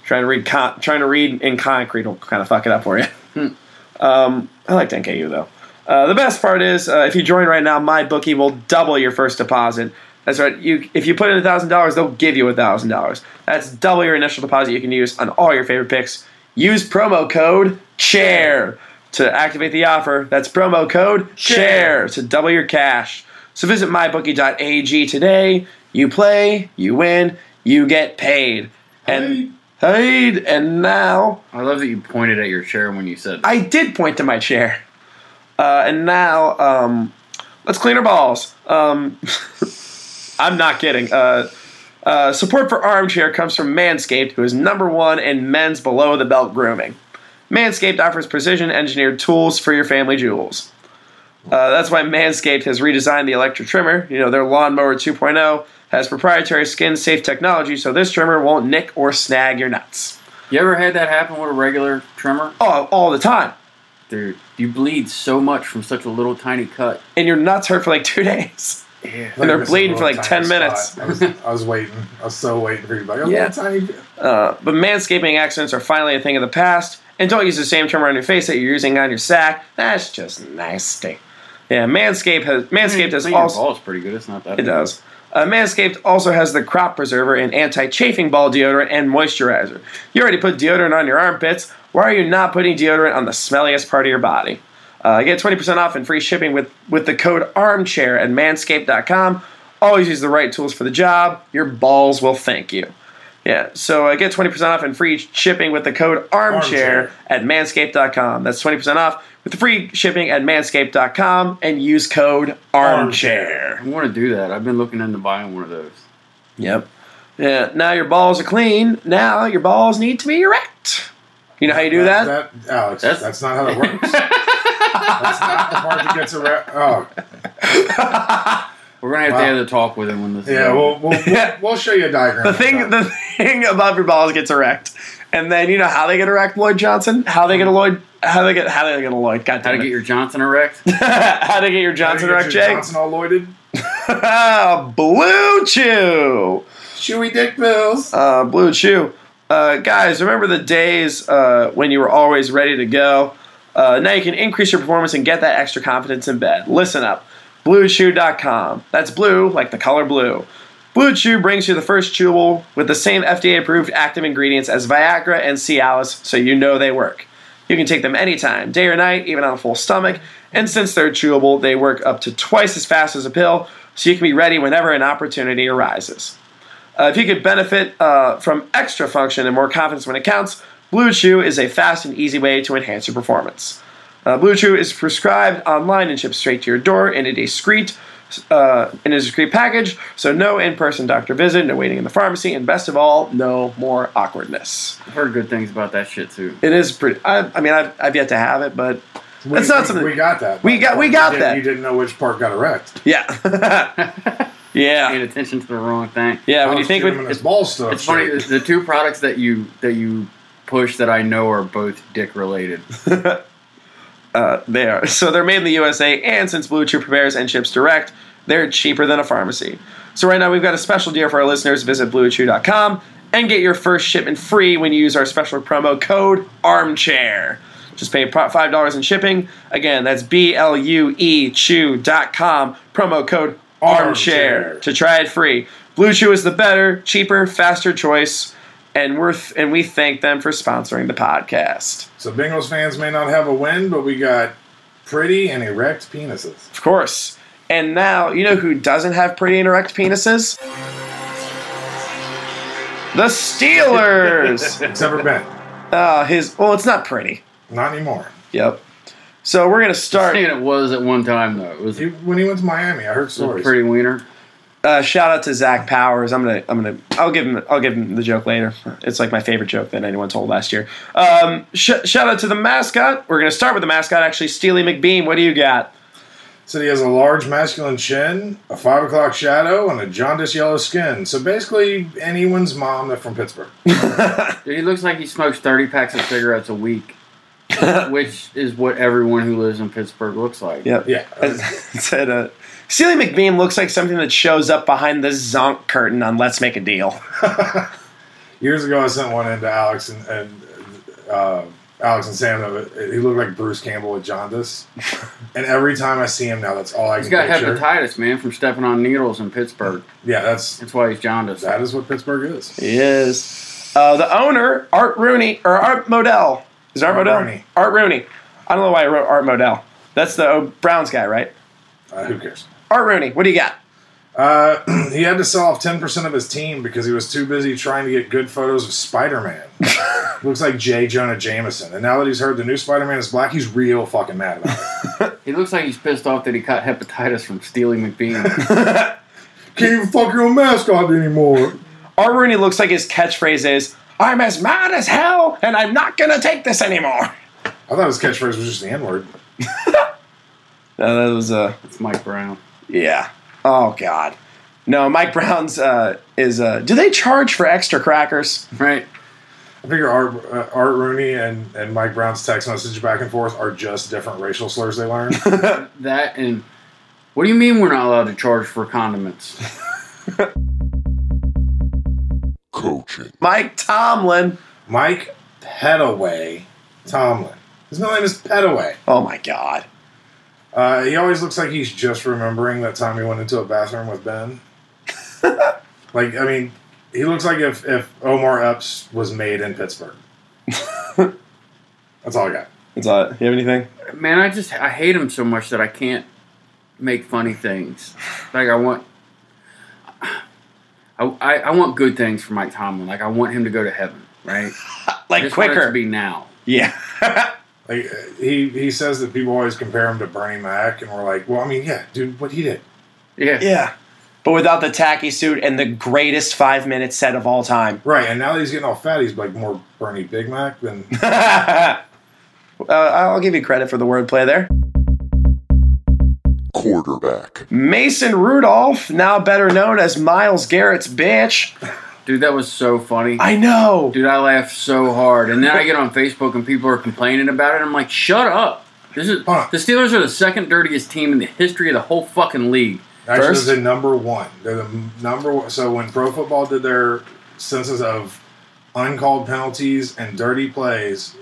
[SPEAKER 4] Trying to read con- trying to read in concrete will kind of fuck it up for you. <laughs> um, I like 10KU though. Uh, the best part is uh, if you join right now, my bookie will double your first deposit. That's right. You if you put in thousand dollars, they'll give you thousand dollars. That's double your initial deposit you can use on all your favorite picks. Use promo code chair to activate the offer. That's promo code chair to double your cash. So visit mybookie.ag today. You play, you win, you get paid. And paid. And now
[SPEAKER 6] I love that you pointed at your chair when you said that.
[SPEAKER 4] I did point to my chair. Uh, and now, um, let's clean our balls. Um, <laughs> I'm not kidding. Uh, uh, support for Armchair comes from Manscaped, who is number one in men's below the belt grooming. Manscaped offers precision engineered tools for your family jewels. Uh, that's why Manscaped has redesigned the electric trimmer. You know, their lawnmower 2.0 has proprietary skin safe technology, so this trimmer won't nick or snag your nuts.
[SPEAKER 6] you ever had that happen with a regular trimmer?
[SPEAKER 4] Oh, all the time.
[SPEAKER 6] Dude, you bleed so much from such a little tiny cut.
[SPEAKER 4] and your nuts hurt for like two <laughs> days. And they're bleeding for like 10 minutes.
[SPEAKER 5] I was, I was waiting. I was so waiting for you. Like, oh,
[SPEAKER 4] Yeah.
[SPEAKER 5] yeah. Tiny...
[SPEAKER 4] But manscaping accidents are finally a thing of the past, and don't use the same trimmer on your face that you're using on your sack. That's just nasty. Yeah, Manscaped has Manscaped has
[SPEAKER 6] Clean your
[SPEAKER 4] also
[SPEAKER 6] ball's pretty good. It's not that
[SPEAKER 4] It does. Uh, Manscaped also has the crop preserver and anti-chafing ball deodorant and moisturizer. You already put deodorant on your armpits. Why are you not putting deodorant on the smelliest part of your body? Uh, get 20% off and free shipping with, with the code armchair at manscaped.com. Always use the right tools for the job. Your balls will thank you. Yeah, so uh, get 20% off and free shipping with the code
[SPEAKER 5] Armchair.
[SPEAKER 4] armchair, at manscaped.com. That's 20% off with the free shipping at manscaped.com and use code armchair.
[SPEAKER 6] I want to do that. I've been looking into buying one of those.
[SPEAKER 4] Yep. Yeah. Now your balls are clean. Now your balls need to be erect. You know how you do that?
[SPEAKER 5] That, Alex,
[SPEAKER 6] That's-
[SPEAKER 5] that's, not how that
[SPEAKER 4] <laughs>
[SPEAKER 5] works. that's not the part that gets around. Oh,
[SPEAKER 6] We're gonna have
[SPEAKER 5] Wow.
[SPEAKER 6] to have the talk with him when this.
[SPEAKER 5] Yeah,
[SPEAKER 6] well,
[SPEAKER 5] we'll, we'll, we'll, we'll show you a diagram.
[SPEAKER 4] The
[SPEAKER 5] of
[SPEAKER 4] thing,
[SPEAKER 5] that.
[SPEAKER 4] the thing <laughs> above your balls gets erect, and then you know how they get erect, Lloyd Johnson. How they get a Lloyd? How they get? How they get a Lloyd? God
[SPEAKER 6] how
[SPEAKER 4] damn
[SPEAKER 6] to get
[SPEAKER 4] it!
[SPEAKER 6] your
[SPEAKER 4] <laughs>
[SPEAKER 6] Johnson erect?
[SPEAKER 4] how to get your
[SPEAKER 5] How do
[SPEAKER 4] Johnson
[SPEAKER 5] you get
[SPEAKER 4] erect,
[SPEAKER 5] your
[SPEAKER 4] Jay?
[SPEAKER 5] Johnson all loided.
[SPEAKER 4] Blue Chew.
[SPEAKER 5] Chewy dick pills.
[SPEAKER 4] uh, Blue Chew. Uh, guys, remember the days uh, when you were always ready to go? Uh, now you can increase your performance and get that extra confidence in bed. Listen up. BlueChew.com. That's blue, like the color blue. Blue Chew brings you the first chewable with the same FDA approved active ingredients as Viagra and Cialis, so you know they work. You can take them anytime, day or night, even on a full stomach. And since they're chewable, they work up to twice as fast as a pill, so you can be ready whenever an opportunity arises. Uh, if you could benefit uh, from extra function and more confidence when it counts, Blue Chew is a fast and easy way to enhance your performance. Uh, Blue Chew is prescribed online and shipped straight to your door in a discreet, uh, in a discreet package. So no in-person doctor visit, no waiting in the pharmacy, and best of all, no more awkwardness.
[SPEAKER 6] I've heard good things about that shit too.
[SPEAKER 4] It is pretty. I, I mean, I've, I've yet to have it, but
[SPEAKER 5] We-
[SPEAKER 4] it's not
[SPEAKER 5] we-
[SPEAKER 4] something
[SPEAKER 5] we got that.
[SPEAKER 4] We got- we
[SPEAKER 5] You
[SPEAKER 4] got
[SPEAKER 5] didn't-
[SPEAKER 4] that.
[SPEAKER 5] You didn't know which part got erect.
[SPEAKER 4] Yeah, <laughs>
[SPEAKER 6] Paying <laughs>
[SPEAKER 4] yeah,
[SPEAKER 6] attention to the wrong thing.
[SPEAKER 4] yeah.
[SPEAKER 5] I
[SPEAKER 4] When you
[SPEAKER 5] was
[SPEAKER 4] think
[SPEAKER 5] giving
[SPEAKER 4] with
[SPEAKER 5] him his ball stuff.
[SPEAKER 6] It's funny.
[SPEAKER 5] Oh, shit.
[SPEAKER 6] The the two products that you that you push that I know are both
[SPEAKER 5] <laughs>
[SPEAKER 6] dick related.
[SPEAKER 4] They are. uh, <laughs> So they're made in the USA, and since Blue Chew prepares and ships direct, they're cheaper than a pharmacy. So right now we've got a special deal for our listeners. Visit bluechew.com and get your first shipment free when you use our special promo code armchair. Just pay pro- $5 in shipping. Again, that's B L U E chew.com, promo code armchair,
[SPEAKER 5] Armchair.
[SPEAKER 4] to try it free. Blue Chew is the better, cheaper, faster choice, and we're th- and we thank them for sponsoring the podcast.
[SPEAKER 5] So Bengals fans may not have a win, but we got pretty and erect penises.
[SPEAKER 4] Of course. And now, you know who doesn't have pretty and erect penises?
[SPEAKER 5] <laughs>
[SPEAKER 4] The Steelers!
[SPEAKER 5] It's never been.
[SPEAKER 4] uh, his, well, it's not pretty.
[SPEAKER 5] Not anymore.
[SPEAKER 4] Yep. So we're going to
[SPEAKER 6] I
[SPEAKER 4] start.
[SPEAKER 6] think it was at one time though. It was
[SPEAKER 5] He, when he went to Miami, I heard
[SPEAKER 6] a
[SPEAKER 5] stories.
[SPEAKER 6] pretty wiener.
[SPEAKER 4] Uh, shout out to Zach Powers. I'm gonna, I'm gonna, I'll give him, I'll give him the joke later. It's like my favorite joke that anyone told last year. Um, sh- shout out to the mascot. We're gonna start with the mascot, actually. Steely McBeam. What do you got?
[SPEAKER 5] Said he has a large masculine chin, a five o'clock shadow, and a jaundiced yellow skin. So basically, anyone's mom that's from
[SPEAKER 6] <laughs>
[SPEAKER 5] Pittsburgh.
[SPEAKER 6] Dude, he looks like he smokes thirty packs of cigarettes
[SPEAKER 5] <laughs>
[SPEAKER 6] a week, which is what everyone who lives in Pittsburgh looks like.
[SPEAKER 4] Yep.
[SPEAKER 5] Yeah.
[SPEAKER 4] It said, uh, Steely McBeam looks like something that shows up behind the zonk curtain on Let's Make a Deal.
[SPEAKER 5] Years ago, I sent one in to Alex and, and uh, Alex and Sam. That it- he looked like Bruce Campbell with
[SPEAKER 6] <laughs>
[SPEAKER 5] jaundice. and every time I see him now, that's all I
[SPEAKER 6] He's
[SPEAKER 5] can
[SPEAKER 6] got
[SPEAKER 5] picture.
[SPEAKER 6] hepatitis, man, from stepping on needles in Pittsburgh.
[SPEAKER 5] Yeah, that's
[SPEAKER 6] That's why he's jaundiced.
[SPEAKER 5] that is what Pittsburgh is.
[SPEAKER 4] He is. Uh, the owner, Art Rooney, or Art Modell. Is it Art,
[SPEAKER 5] Art
[SPEAKER 4] Modell?
[SPEAKER 5] Rooney.
[SPEAKER 4] Art Rooney. I don't know why I wrote Art Modell. That's the oh, Browns guy, right?
[SPEAKER 5] Uh, who cares?
[SPEAKER 4] Art Rooney, what do you got?
[SPEAKER 5] Uh, he had to sell off ten percent of his team because he was too busy trying to get good photos of Spider Man. Looks like J. Jonah Jameson. And now that he's heard the new Spider Man is black, he's real fucking mad about it.
[SPEAKER 6] He looks like he's pissed off that he caught hepatitis from Steely
[SPEAKER 5] <laughs>
[SPEAKER 6] McBean.
[SPEAKER 5] Can't even fuck your own mascot anymore.
[SPEAKER 4] Art Rooney looks like his catchphrase is, I'm as mad as hell, and I'm not going to take this anymore. <laughs>
[SPEAKER 5] I thought his catchphrase was just the N word.
[SPEAKER 4] Uh, that was a. Uh,
[SPEAKER 6] it's Mike Brown.
[SPEAKER 4] Yeah. Oh God. No, Mike Brown's uh, is. Uh, do they charge for extra crackers?
[SPEAKER 6] Right?
[SPEAKER 5] I figure Art, uh, Art Rooney and, and Mike Brown's text message back and forth are just different racial slurs they learned.
[SPEAKER 6] That and what do you mean we're not allowed to charge for condiments?
[SPEAKER 3] Coaching.
[SPEAKER 4] Mike Tomlin.
[SPEAKER 5] Mike Petaway Tomlin. His middle name is Petaway.
[SPEAKER 4] Oh my God.
[SPEAKER 5] Uh, he always looks like he's just remembering that time he went into a bathroom with Ben. like, I mean, he looks like if, if Omar Epps was made in Pittsburgh. That's all I got.
[SPEAKER 4] That's all. uh, You have anything?
[SPEAKER 6] Man, I just I hate him so much that I can't make funny things. Like I want I, I, I want good things for Mike Tomlin. Like I want him to go to heaven, right? I
[SPEAKER 4] Like
[SPEAKER 6] just want it
[SPEAKER 4] quicker.
[SPEAKER 6] to be now.
[SPEAKER 4] yeah. <laughs>
[SPEAKER 5] Like uh, he, he says that people always compare him to Bernie Mac, and we're like, well, I mean, yeah, dude, what he did.
[SPEAKER 6] Yeah.
[SPEAKER 4] yeah. But without the tacky suit and the greatest five minute set of all time.
[SPEAKER 5] Right, and now that he's getting all fat, he's like more Bernie Big Mac than
[SPEAKER 4] Uh, I'll give you credit for the wordplay there.
[SPEAKER 3] quarterback,
[SPEAKER 4] Mason Rudolph, now better known as Miles Garrett's bitch.
[SPEAKER 6] Dude, that was so funny.
[SPEAKER 4] I know.
[SPEAKER 6] Dude, I laughed so hard. And then I get on Facebook and people are complaining about it. I'm like, shut up. This is
[SPEAKER 5] Huh.
[SPEAKER 6] the Steelers are the second dirtiest team in the history of the whole fucking league.
[SPEAKER 5] Actually,
[SPEAKER 4] First?
[SPEAKER 5] they're the number one. They're the number one. So when Pro Football did their census of uncalled penalties and dirty plays,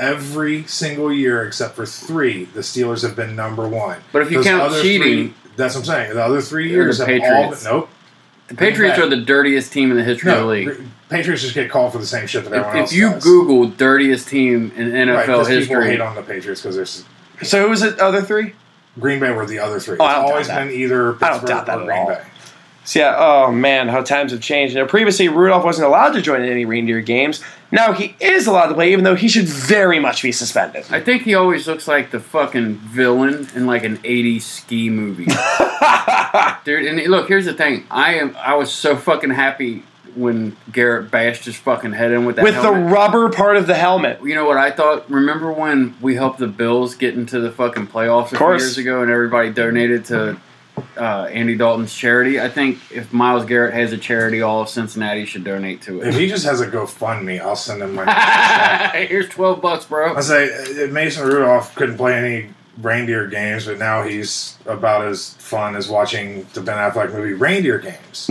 [SPEAKER 5] every single year except for three, the Steelers have been number one.
[SPEAKER 6] But if you
[SPEAKER 5] Those
[SPEAKER 6] count
[SPEAKER 5] other
[SPEAKER 6] cheating-
[SPEAKER 5] three, that's what I'm saying. The other three
[SPEAKER 6] They're
[SPEAKER 5] years
[SPEAKER 6] the
[SPEAKER 5] have all been,
[SPEAKER 6] Patriots.
[SPEAKER 5] nope.
[SPEAKER 6] The Patriots
[SPEAKER 5] back.
[SPEAKER 6] are the dirtiest team in the history of the
[SPEAKER 5] No,
[SPEAKER 6] league.
[SPEAKER 5] Patriots just get called for the same shit that everyone
[SPEAKER 6] If,
[SPEAKER 5] else
[SPEAKER 6] if you
[SPEAKER 5] does.
[SPEAKER 6] Google dirtiest team in
[SPEAKER 5] Right,
[SPEAKER 6] NFL
[SPEAKER 5] 'cause people
[SPEAKER 6] history,
[SPEAKER 5] hate on the Patriots because there's
[SPEAKER 4] So who was it? Other three?
[SPEAKER 5] Green Bay were the other three.
[SPEAKER 4] Oh, I
[SPEAKER 5] it's
[SPEAKER 4] don't doubt
[SPEAKER 5] always
[SPEAKER 4] that.
[SPEAKER 5] been either
[SPEAKER 4] I
[SPEAKER 5] Pittsburgh
[SPEAKER 4] don't doubt that
[SPEAKER 5] or
[SPEAKER 4] at
[SPEAKER 5] Green
[SPEAKER 4] all.
[SPEAKER 5] Bay.
[SPEAKER 4] So yeah, oh man, how times have changed. Now previously Rudolph wasn't allowed to join any reindeer games. Now he is allowed to play, even though he should very much be suspended.
[SPEAKER 6] I think he always looks like the fucking villain in like an 80s
[SPEAKER 5] <laughs>
[SPEAKER 6] ski movie. Dude, and look, here's the thing. I am I was so fucking happy when Garrett bashed his fucking head in with that
[SPEAKER 4] With the
[SPEAKER 6] helmet.
[SPEAKER 4] rubber part of the helmet.
[SPEAKER 6] you know what I thought? Remember when we helped the Bills get into the fucking playoffs a few
[SPEAKER 4] course.
[SPEAKER 6] years ago and everybody donated to uh, Andy Dalton's charity? I think if Miles Garrett has a charity, all of Cincinnati should donate to
[SPEAKER 5] If
[SPEAKER 6] it.
[SPEAKER 5] he just has a GoFundMe, I'll send him my.
[SPEAKER 6] <laughs> Here's 12 bucks, bro.
[SPEAKER 5] I say uh, Mason Rudolph couldn't play any reindeer games, but now he's about as fun as watching the Ben Affleck movie Reindeer Games.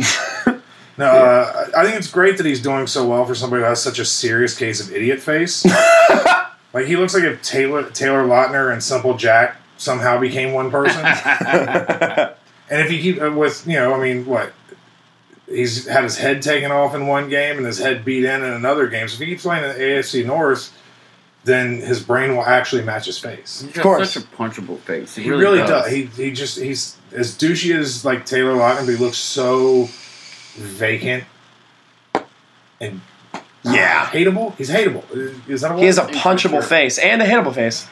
[SPEAKER 5] no, uh, I I think it's great that he's doing so well for somebody who has such a serious case of idiot face. like he looks like if Taylor Taylor Lautner and Simple Jack somehow became one person. and if he keep uh, with you know, I mean, what he's had his head taken off in one game and his head beat in in another game. So if he keeps playing in the AFC North, then his brain will actually match his face.
[SPEAKER 6] He's got
[SPEAKER 4] course.
[SPEAKER 6] such a punchable face.
[SPEAKER 5] He really, does. He he just he's as douchey as like Taylor Lautner, but he looks so vacant and
[SPEAKER 4] Yeah.
[SPEAKER 5] hateable. He's hateable. Is that a word?
[SPEAKER 4] He has a punchable face and a hittable face.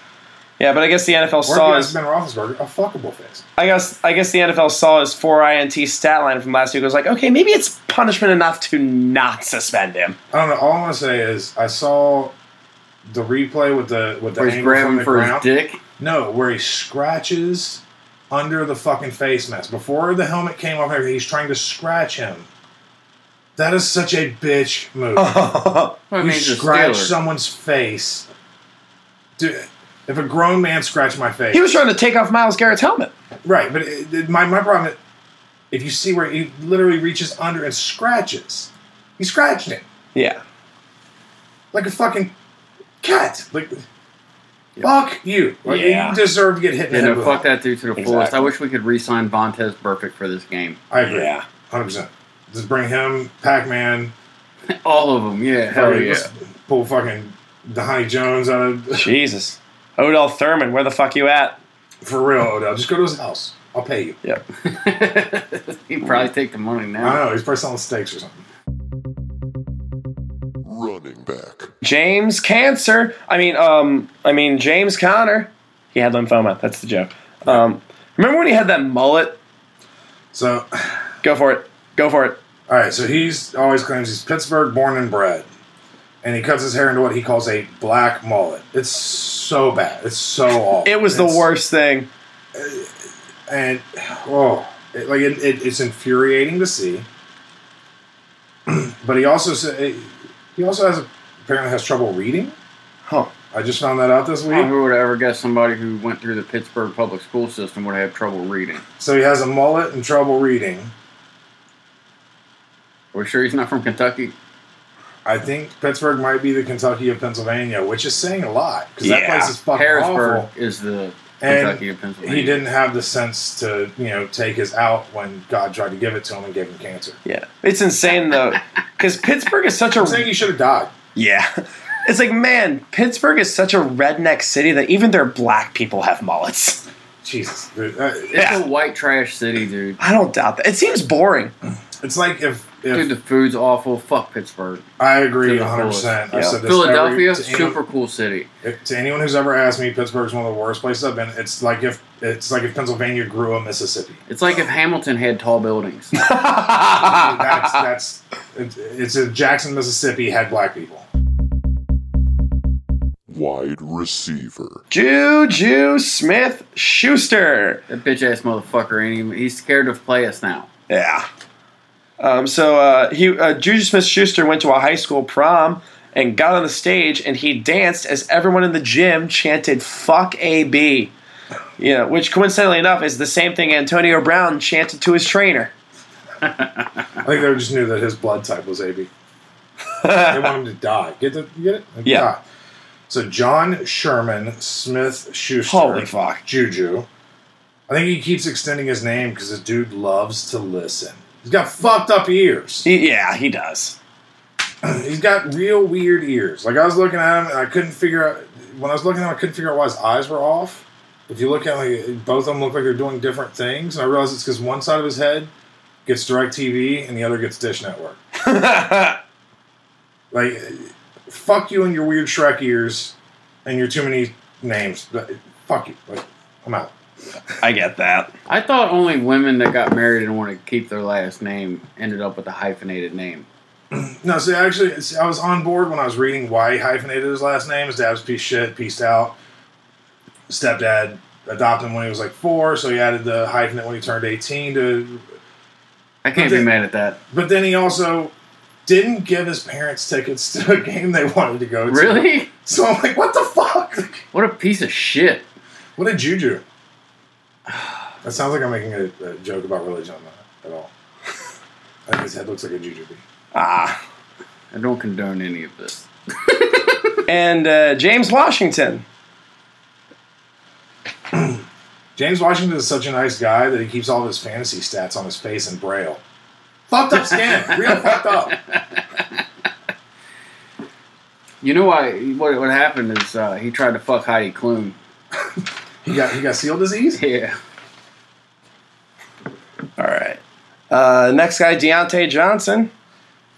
[SPEAKER 4] Yeah, but I guess the NFL saw
[SPEAKER 5] Or
[SPEAKER 4] his
[SPEAKER 5] is Ben Roethlisberger a fuckable face?
[SPEAKER 4] I guess I guess the NFL saw his four INT stat line from last week was like, okay, maybe it's punishment enough to not suspend <laughs> him.
[SPEAKER 5] I don't know. All I want to say is I saw the replay with the with the
[SPEAKER 6] Where he's
[SPEAKER 5] angle from
[SPEAKER 6] grabbing
[SPEAKER 5] the
[SPEAKER 6] for his
[SPEAKER 5] ground.
[SPEAKER 6] dick.
[SPEAKER 5] No, where he scratches under the fucking face mask. Before the helmet came off, he's trying to scratch him. That is such a bitch move.
[SPEAKER 6] Well, Oh, I
[SPEAKER 5] you
[SPEAKER 6] mean, he's a
[SPEAKER 5] scratch
[SPEAKER 6] Steeler.
[SPEAKER 5] someone's face. Dude, if a grown man scratched my face.
[SPEAKER 4] He was trying to take off Miles Garrett's helmet.
[SPEAKER 5] right, but it, it- my, my problem is if you see where he literally reaches under and scratches, he scratched it
[SPEAKER 4] Yeah.
[SPEAKER 5] like a fucking cat. Like, fuck you. Like,
[SPEAKER 4] Yeah.
[SPEAKER 5] You deserve to get hit in
[SPEAKER 6] Yeah,
[SPEAKER 5] the head
[SPEAKER 6] no,
[SPEAKER 5] with
[SPEAKER 6] fuck
[SPEAKER 5] it.
[SPEAKER 6] that dude to the fullest. I wish we could re-sign Vontez Burfict for this game.
[SPEAKER 5] I agree.
[SPEAKER 4] Yeah.
[SPEAKER 5] 100%. Just bring him, Pac Man.
[SPEAKER 6] All of them, yeah, hell yeah.
[SPEAKER 5] Pull fucking Donnie Jones out of. <laughs>
[SPEAKER 4] Jesus. Odell Thurman, where the fuck you at?
[SPEAKER 5] For real, Odell. Just go to his house. I'll pay you.
[SPEAKER 4] Yep.
[SPEAKER 6] He'd probably take the money
[SPEAKER 5] I
[SPEAKER 6] now.
[SPEAKER 5] don't know. He's probably selling steaks or something.
[SPEAKER 3] running back,
[SPEAKER 4] James Cancer. I mean, um, I mean James Conner. He had lymphoma. That's the joke. Um, remember when he had that mullet?
[SPEAKER 5] So.
[SPEAKER 4] Go for it. Go for it.
[SPEAKER 5] All right, so he's always claims he's Pittsburgh born and bred, and he cuts his hair into what he calls a black mullet. It's so bad. It's so awful.
[SPEAKER 4] It was the
[SPEAKER 5] It's-
[SPEAKER 4] worst thing.
[SPEAKER 5] and oh, it, like it, it, it's infuriating to see. <clears throat> but he also said he also has apparently has trouble reading.
[SPEAKER 4] Huh.
[SPEAKER 5] I just found that out this
[SPEAKER 6] I don't know
[SPEAKER 5] week.
[SPEAKER 6] who would have ever guessed somebody who went through the Pittsburgh public school system would have trouble reading.
[SPEAKER 5] So he has a mullet and trouble reading.
[SPEAKER 6] Are we sure he's not from Kentucky?
[SPEAKER 5] I think Pittsburgh might be the Kentucky of Pennsylvania, which is saying a lot because that
[SPEAKER 4] Yeah.
[SPEAKER 5] place is fucking
[SPEAKER 6] Harrisburg
[SPEAKER 5] awful.
[SPEAKER 6] is the
[SPEAKER 5] And
[SPEAKER 6] Kentucky of Pennsylvania.
[SPEAKER 5] he didn't have the sense to you know take his out when God tried to give it to him and gave him cancer.
[SPEAKER 4] Yeah. It's insane though, because Pittsburgh is <laughs> such a
[SPEAKER 5] I'm saying he should have died.
[SPEAKER 4] Yeah. <laughs> It's like, man, Pittsburgh is such a redneck city that even their black people have mullets.
[SPEAKER 5] Jesus, dude. Uh,
[SPEAKER 6] It's
[SPEAKER 4] Yeah.
[SPEAKER 6] a white trash city, dude.
[SPEAKER 4] <laughs> I don't doubt that. It seems boring.
[SPEAKER 5] it's like if,
[SPEAKER 6] Dude,
[SPEAKER 5] if
[SPEAKER 6] the food's awful. Fuck Pittsburgh.
[SPEAKER 5] I agree
[SPEAKER 6] Dude,
[SPEAKER 5] 100. percent
[SPEAKER 4] yeah.
[SPEAKER 5] I said this
[SPEAKER 6] Philadelphia,
[SPEAKER 5] every, to, any-
[SPEAKER 6] super cool city.
[SPEAKER 5] to anyone who's ever asked me, Pittsburgh's one of the worst places I've been. It's like if it's like if Pennsylvania grew a
[SPEAKER 6] <laughs>
[SPEAKER 5] Mississippi.
[SPEAKER 6] It's like if Hamilton had
[SPEAKER 5] <laughs>
[SPEAKER 6] tall buildings.
[SPEAKER 5] that's that's it's, it's if Jackson, Mississippi had black people.
[SPEAKER 3] wide receiver.
[SPEAKER 4] Juju Smith Schuster.
[SPEAKER 6] That bitch ass motherfucker ain't even. He's scared to play us now.
[SPEAKER 4] Yeah. Um, so uh, he uh, Juju Smith Schuster went to a high school prom and got on the stage and he danced as everyone in the gym chanted "fuck AB," you know, which coincidentally enough is the same thing Antonio Brown chanted to his trainer.
[SPEAKER 5] I think they just knew that his blood type was AB. they want him to die. Get the you get it? Like,
[SPEAKER 4] Yeah.
[SPEAKER 5] die. So John Sherman Smith Schuster.
[SPEAKER 4] Holy fuck.
[SPEAKER 5] Juju. I think he keeps extending his name because the dude loves to listen. He's got fucked up ears.
[SPEAKER 4] He, yeah, he does.
[SPEAKER 5] He's got real weird ears. Like I was looking at him and I couldn't figure out when I was looking at him, I couldn't figure out why his eyes were off. If you look at him, like, both of them look like they're doing different things, and I realized it's because one side of his head gets Direct TV and the other gets Dish Network. like, fuck you and your weird Shrek ears and your too many names. Like, Fuck you. Like, I'm out.
[SPEAKER 4] I get that.
[SPEAKER 6] I thought only women that got married and wanted to keep their last name ended up with a hyphenated name.
[SPEAKER 5] No, see, actually, see, I was on board when I was reading why he hyphenated his last name. His dad was a piece of shit, pieced out. Stepdad adopted him when he was like four, so he added the hyphenate when he turned 18. To,
[SPEAKER 6] I can't
[SPEAKER 5] Okay.
[SPEAKER 6] be mad at that.
[SPEAKER 5] but then he also didn't give his parents tickets <laughs> to a game they wanted to go to.
[SPEAKER 6] Really?
[SPEAKER 5] So I'm like, what the fuck?
[SPEAKER 6] <laughs> What a piece of shit.
[SPEAKER 5] What a juju. That sounds like I'm making a, a joke about religion. I'm not at all. <laughs> I think his head looks like a juju bee.
[SPEAKER 4] Ah.
[SPEAKER 6] I don't condone any of this.
[SPEAKER 4] And uh, James Washington.
[SPEAKER 5] James Washington is such a nice guy that he keeps all of his fantasy stats on his face in braille. Fucked up
[SPEAKER 6] <laughs>
[SPEAKER 5] skin, real fucked up.
[SPEAKER 6] You know why? What, what happened is uh, he tried to fuck Heidi
[SPEAKER 5] <laughs>
[SPEAKER 6] Klum.
[SPEAKER 5] He got he got seal disease.
[SPEAKER 6] Yeah.
[SPEAKER 4] All right. Uh, next guy, Deontay Johnson.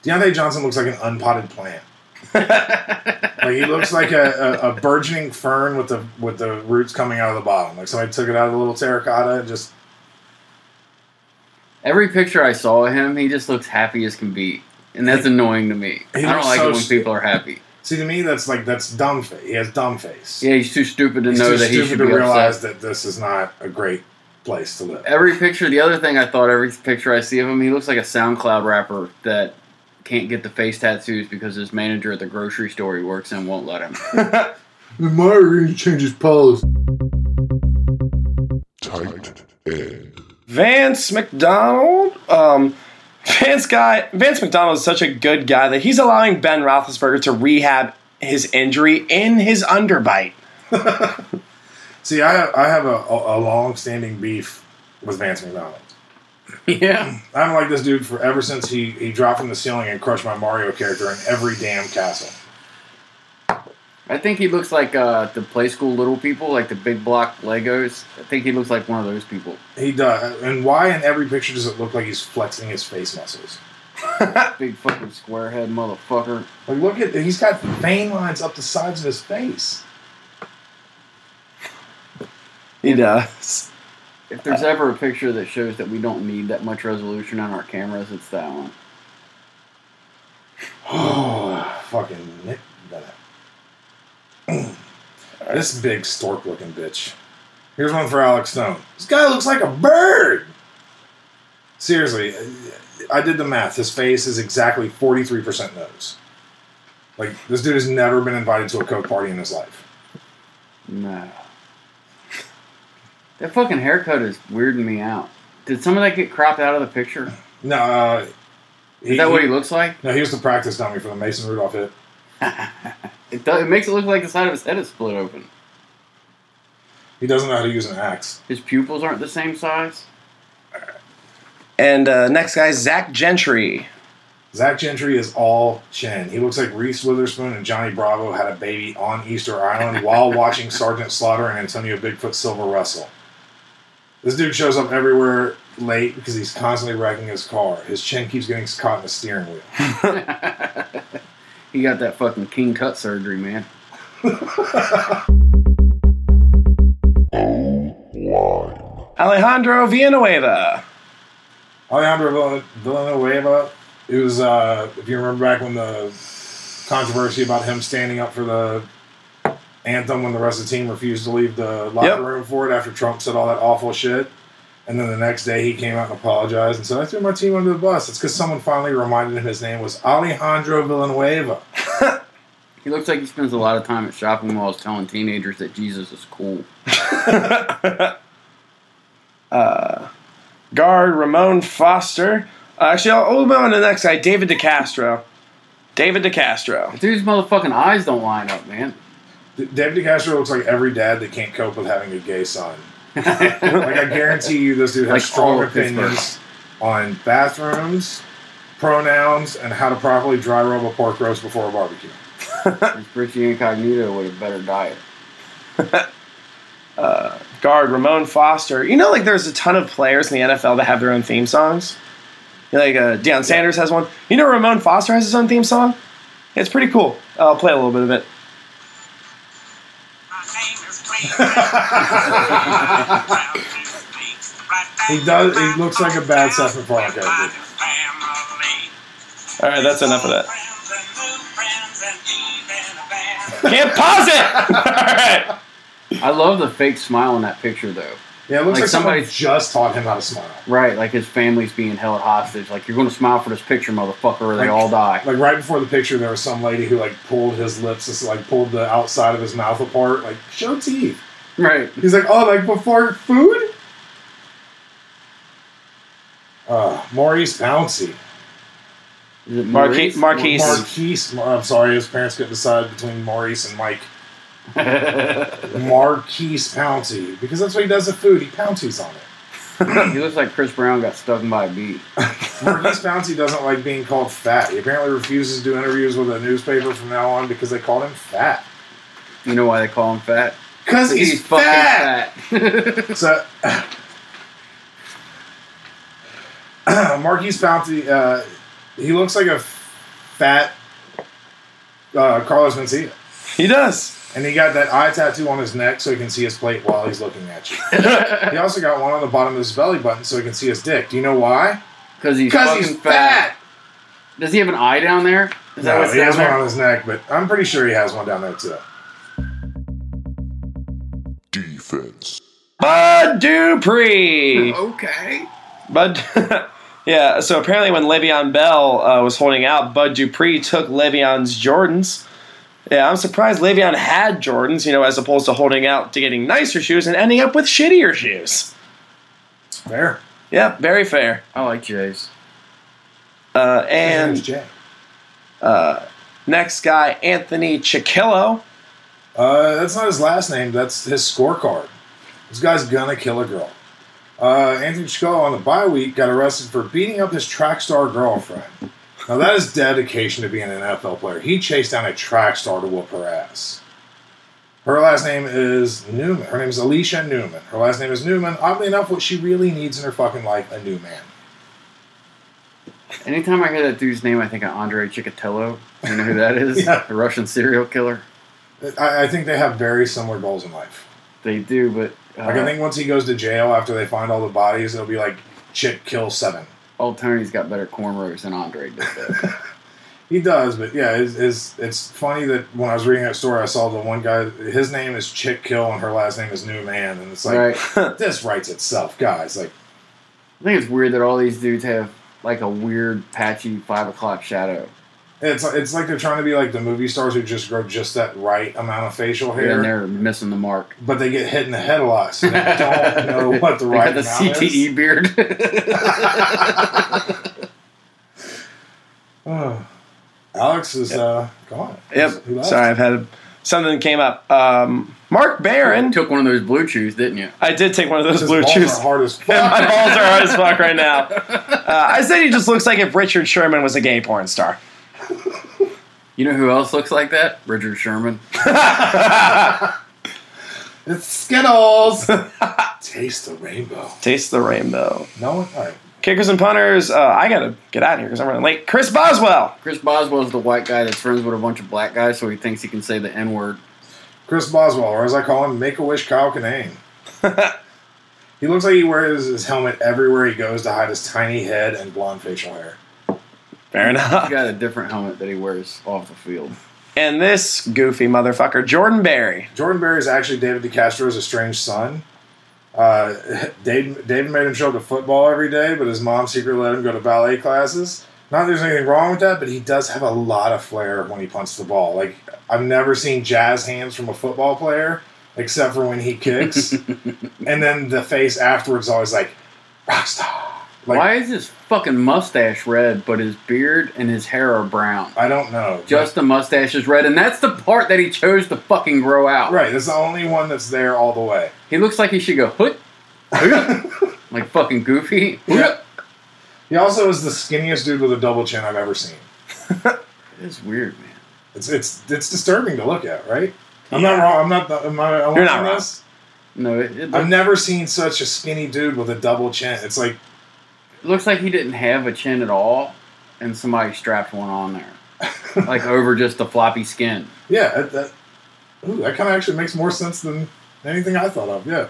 [SPEAKER 5] Deontay Johnson looks like an unpotted
[SPEAKER 6] <laughs>
[SPEAKER 5] plant. like he looks like a, a, a burgeoning fern with the with the roots coming out of the bottom. Like somebody took it out of the little terracotta and just
[SPEAKER 6] Every picture I saw of him, he just looks happy as can be. And that's annoying to me. I
[SPEAKER 5] He
[SPEAKER 6] don't
[SPEAKER 5] looks
[SPEAKER 6] like
[SPEAKER 5] so
[SPEAKER 6] it when
[SPEAKER 5] stu-
[SPEAKER 6] people are happy.
[SPEAKER 5] see to me that's like that's dumb face. He has dumb face.
[SPEAKER 6] Yeah, he's too stupid to
[SPEAKER 5] He's
[SPEAKER 6] know
[SPEAKER 5] too
[SPEAKER 6] that he
[SPEAKER 5] stupid
[SPEAKER 6] should
[SPEAKER 5] to
[SPEAKER 6] be
[SPEAKER 5] realize
[SPEAKER 6] upset.
[SPEAKER 5] that this is not a great place to live.
[SPEAKER 6] Every picture, the other thing I thought, every picture I see of him, he looks like a SoundCloud rapper that can't get the face tattoos because his manager at the grocery store he works in won't let him.
[SPEAKER 5] Mario changes pose.
[SPEAKER 3] Tight end.
[SPEAKER 4] Vance McDonald. Um, <laughs> Vance guy. Vance McDonald is such a good guy that he's allowing Ben Roethlisberger to rehab his injury in his underbite.
[SPEAKER 5] See, I have, I have a, a, a long-standing beef with Vance McDonald.
[SPEAKER 6] yeah.
[SPEAKER 5] I don't like this dude for ever since he, he dropped from the ceiling and crushed my Mario character in every damn castle.
[SPEAKER 6] I think he looks like uh, the play school little people, like the big block Legos. I think he looks like one of those people
[SPEAKER 5] He does. And why in every picture does it look like he's flexing his face muscles?
[SPEAKER 6] big fucking square head motherfucker.
[SPEAKER 5] Like, look at he's got vein lines up the sides of his face.
[SPEAKER 4] He does.
[SPEAKER 6] If there's ever a picture that shows that we don't need that much resolution on our cameras, it's that one.
[SPEAKER 5] Oh, <sighs> fucking Nick <clears throat> Bennett. this big stork-looking bitch. Here's one for Alex Stone. This guy looks like a bird. Seriously, I did the math. His face is exactly 43% nose. Like, this dude has never been invited to a Coke party in his life.
[SPEAKER 6] No. That fucking haircut is weirding me out. Did some of that get cropped out of the picture?
[SPEAKER 5] No, uh,
[SPEAKER 6] Is that what he looks like?
[SPEAKER 5] No, he was the practice dummy for the Mason Rudolph hit.
[SPEAKER 6] It, does, it makes it look like the side of his head is split open.
[SPEAKER 5] He doesn't know how to use an axe.
[SPEAKER 6] His pupils aren't the same size.
[SPEAKER 4] And uh, next guy, Zach Gentry.
[SPEAKER 5] Zach Gentry is all chin. He looks like Reese Witherspoon and Johnny Bravo had a baby on Easter Island while watching Sergeant Slaughter and Antonio Bigfoot Silver Russell. This dude shows up everywhere late because he's constantly wrecking his car. His chin keeps getting caught in the steering wheel.
[SPEAKER 6] He got that fucking king cut surgery, man.
[SPEAKER 3] O line.
[SPEAKER 4] Alejandro Villanueva.
[SPEAKER 5] Alejandro Vill- Villanueva. It was uh, if you remember back when the controversy about him standing up for the anthem when the rest of the team refused to leave the locker
[SPEAKER 4] Yep.
[SPEAKER 5] room for it after Trump said all that awful shit. And then the next day he came out and apologized and said, I threw my team under the bus. It's because someone finally reminded him his name was Alejandro Villanueva.
[SPEAKER 6] He looks like he spends a lot of time at shopping malls telling teenagers that Jesus is cool.
[SPEAKER 4] Guard Ramon Foster. Uh, actually, I'll, I'll move on to the next guy, David DeCastro. David DeCastro.
[SPEAKER 6] Dude's motherfucking eyes don't line up, man.
[SPEAKER 5] D- David DeCastro looks like every dad that can't cope with having a gay son. like, I guarantee you, this dude has
[SPEAKER 6] Like all
[SPEAKER 5] strong
[SPEAKER 6] of Pittsburgh.
[SPEAKER 5] opinions on bathrooms, pronouns, and how to properly dry rub a pork roast before a barbecue.
[SPEAKER 6] It's Richie Incognito with a better diet.
[SPEAKER 4] Guard Ramon Foster. You know, like there's a ton of players in the NFL that have their own theme songs. You know, Like uh, Deion Sanders has one. You know, Ramon Foster has his own theme song. It's pretty cool. I'll play a little bit of it.
[SPEAKER 5] He does. He looks like a bad Seth MacFarlane character.
[SPEAKER 4] All right, that's enough of that. Can't pause it. <laughs> All right.
[SPEAKER 6] I love the fake smile in that picture, though.
[SPEAKER 5] Yeah, it looks
[SPEAKER 6] Like
[SPEAKER 5] like, somebody
[SPEAKER 6] somebody's-
[SPEAKER 5] just taught him how to smile.
[SPEAKER 6] Right, like his family's being held hostage. Like, you're going to smile for this picture, motherfucker, or they
[SPEAKER 5] Like-
[SPEAKER 6] all die.
[SPEAKER 5] Like right before the picture, there was some lady who like pulled his lips, just like pulled the outside of his mouth apart, like show teeth.
[SPEAKER 6] right.
[SPEAKER 5] He's like, oh, like before food. Uh, Maurice Pouncey.
[SPEAKER 6] Is it
[SPEAKER 4] Marquis- Marquise.
[SPEAKER 6] Maurice?
[SPEAKER 5] Marquise. I'm sorry, his parents couldn't decide between Maurice and Mike. Marquise Pouncey, because that's what he does with food. He pounces on it.
[SPEAKER 6] he looks like Chris Brown got stung by a bee.
[SPEAKER 5] Marquise Pouncey doesn't like being called fat. He apparently refuses to do interviews with a newspaper from now on because they called him fat.
[SPEAKER 6] You know why they call him fat?
[SPEAKER 5] Because he's, fat.
[SPEAKER 6] fucking
[SPEAKER 5] <laughs>
[SPEAKER 6] fat.
[SPEAKER 5] So, <coughs> Marquise Pouncey, uh, he looks like a fat uh, Carlos Mencia.
[SPEAKER 4] He does.
[SPEAKER 5] And he got that eye tattoo on his neck so he can see his plate while he's looking at you. he also got one on the bottom of his belly button so he can see his dick. Do you know why?
[SPEAKER 6] Because he's
[SPEAKER 5] Because
[SPEAKER 6] fucking
[SPEAKER 5] he's
[SPEAKER 6] fat.
[SPEAKER 5] fat.
[SPEAKER 6] Does he have an eye down there? Is that
[SPEAKER 5] No,
[SPEAKER 6] what's
[SPEAKER 5] he
[SPEAKER 6] down
[SPEAKER 5] has one on
[SPEAKER 6] there?
[SPEAKER 5] his neck, but I'm pretty sure he has one down there too.
[SPEAKER 3] Defense.
[SPEAKER 4] Bud Dupree.
[SPEAKER 6] Okay.
[SPEAKER 4] Bud. <laughs> yeah. So apparently, when Le'Veon Bell uh, was holding out, Bud Dupree took Le'Veon's Jordans. Yeah, I'm surprised Le'Veon had Jordans, you know, as opposed to holding out to getting nicer shoes and ending up with shittier shoes.
[SPEAKER 5] Fair.
[SPEAKER 4] Yeah, very fair.
[SPEAKER 6] I like Jays.
[SPEAKER 4] Uh,
[SPEAKER 5] There's
[SPEAKER 4] and
[SPEAKER 5] Jay.
[SPEAKER 4] next guy, Anthony Chiquillo.
[SPEAKER 5] Uh, that's not his last name. That's his scorecard. This guy's gonna kill a girl. Uh, Anthony Chicago on the bye week got arrested for beating up his track star girlfriend. Now that is dedication to being an NFL player. He chased down a track star to whoop her ass. Her last name is Newman. Her name is Alicia Newman. Her last name is Newman. Oddly enough, what she really needs in her fucking life a new man.
[SPEAKER 6] Anytime I hear that dude's name, I think of Andre Chikatilo. You know who
[SPEAKER 5] <laughs>
[SPEAKER 6] that is?
[SPEAKER 5] Yeah.
[SPEAKER 6] The Russian serial killer.
[SPEAKER 5] I, I think they have very similar goals in life.
[SPEAKER 6] They do, but uh,
[SPEAKER 5] Like I think once he goes to jail after they find all the bodies, it'll be like chick kill seven.
[SPEAKER 6] old Tony's got better cornrows than Andre did. Though.
[SPEAKER 5] He does, but yeah, it's, it's it's funny that when I was reading that story, I saw the one guy. His name is Chick Kill, and her last name is New Man, and it's <laughs> like
[SPEAKER 6] right.
[SPEAKER 5] this writes itself, guys. Like,
[SPEAKER 6] I think it's weird that all these dudes have like a weird patchy five o'clock shadow.
[SPEAKER 5] it's it's like they're trying to be like the movie stars who just grow just that right amount of facial
[SPEAKER 6] And
[SPEAKER 5] hair,
[SPEAKER 6] they're missing the mark.
[SPEAKER 5] but they get hit in the head a lot, so they don't know
[SPEAKER 6] <laughs>
[SPEAKER 5] what the
[SPEAKER 6] They got
[SPEAKER 5] right
[SPEAKER 6] the E.
[SPEAKER 5] amount
[SPEAKER 6] CTE
[SPEAKER 5] is. <laughs>
[SPEAKER 6] beard. <laughs>
[SPEAKER 5] Alex is uh, gone.
[SPEAKER 4] Yep.
[SPEAKER 5] He left.
[SPEAKER 4] Sorry, I've had something came up. Um, Mark Barron.
[SPEAKER 6] Took one of those blue chews, didn't you?
[SPEAKER 4] I did take one of those
[SPEAKER 5] His
[SPEAKER 4] blue
[SPEAKER 5] balls
[SPEAKER 4] chews.
[SPEAKER 5] are hard
[SPEAKER 6] <laughs>
[SPEAKER 5] as
[SPEAKER 4] and <laughs> my
[SPEAKER 5] fuck.
[SPEAKER 4] balls are hard as fuck
[SPEAKER 5] <laughs>
[SPEAKER 4] right now. Uh, I said he just looks like if Richard Sherman was a gay porn star.
[SPEAKER 6] You know who else looks like that? Richard Sherman.
[SPEAKER 5] it's
[SPEAKER 6] <laughs>
[SPEAKER 5] Skittles. Taste the rainbow.
[SPEAKER 4] Taste the rainbow.
[SPEAKER 5] No one. All right.
[SPEAKER 4] Kickers and punters. Uh, I gotta get out of here because I'm running late. Chris Boswell.
[SPEAKER 6] Chris Boswell's the white guy that's friends with a bunch of black guys, so he thinks he can say the N word.
[SPEAKER 5] Chris Boswell, or as I call him, Make a Wish Kyle Kinane. he looks like he wears his helmet everywhere he goes to hide his tiny head and blonde facial hair.
[SPEAKER 4] Fair enough.
[SPEAKER 6] <laughs> He got a different helmet that he wears off the field.
[SPEAKER 4] And this goofy motherfucker, Jordan Berry.
[SPEAKER 5] Jordan Berry is actually David DeCastro's estranged son. Uh, <laughs> Dave, David made him show up to football every day, but his mom secretly let him go to ballet classes. Not that there's anything wrong with that, but he does have a lot of flair when he punts the ball. Like I've never seen jazz hands from a football player, except for when he kicks. and then the face afterwards is always like rockstar. Like
[SPEAKER 6] Why is his fucking mustache red, but his beard and his hair are brown?
[SPEAKER 5] I don't know.
[SPEAKER 6] Just the mustache is red, and that's the part that he chose to fucking grow out.
[SPEAKER 5] right, that's the only one that's there all the way.
[SPEAKER 6] He looks like he should go hoot,
[SPEAKER 5] <laughs>
[SPEAKER 6] hoot, like fucking goofy.
[SPEAKER 5] Yeah. He also is the skinniest dude with a double chin I've ever seen.
[SPEAKER 6] It's weird, man.
[SPEAKER 5] It's it's it's disturbing to look at, right? I'm not wrong. I'm not. the- Am I, am I
[SPEAKER 4] You're not
[SPEAKER 5] on
[SPEAKER 4] wrong.
[SPEAKER 5] This?
[SPEAKER 6] No, it, it
[SPEAKER 5] I've
[SPEAKER 6] looks,
[SPEAKER 5] never seen such a skinny dude with a double chin. It's like
[SPEAKER 6] looks like he didn't have a chin at all, and somebody strapped one
[SPEAKER 5] <laughs>
[SPEAKER 6] on there, like over just the floppy skin.
[SPEAKER 5] yeah, that that, ooh, that kind of actually makes more sense than anything I thought of. Yeah,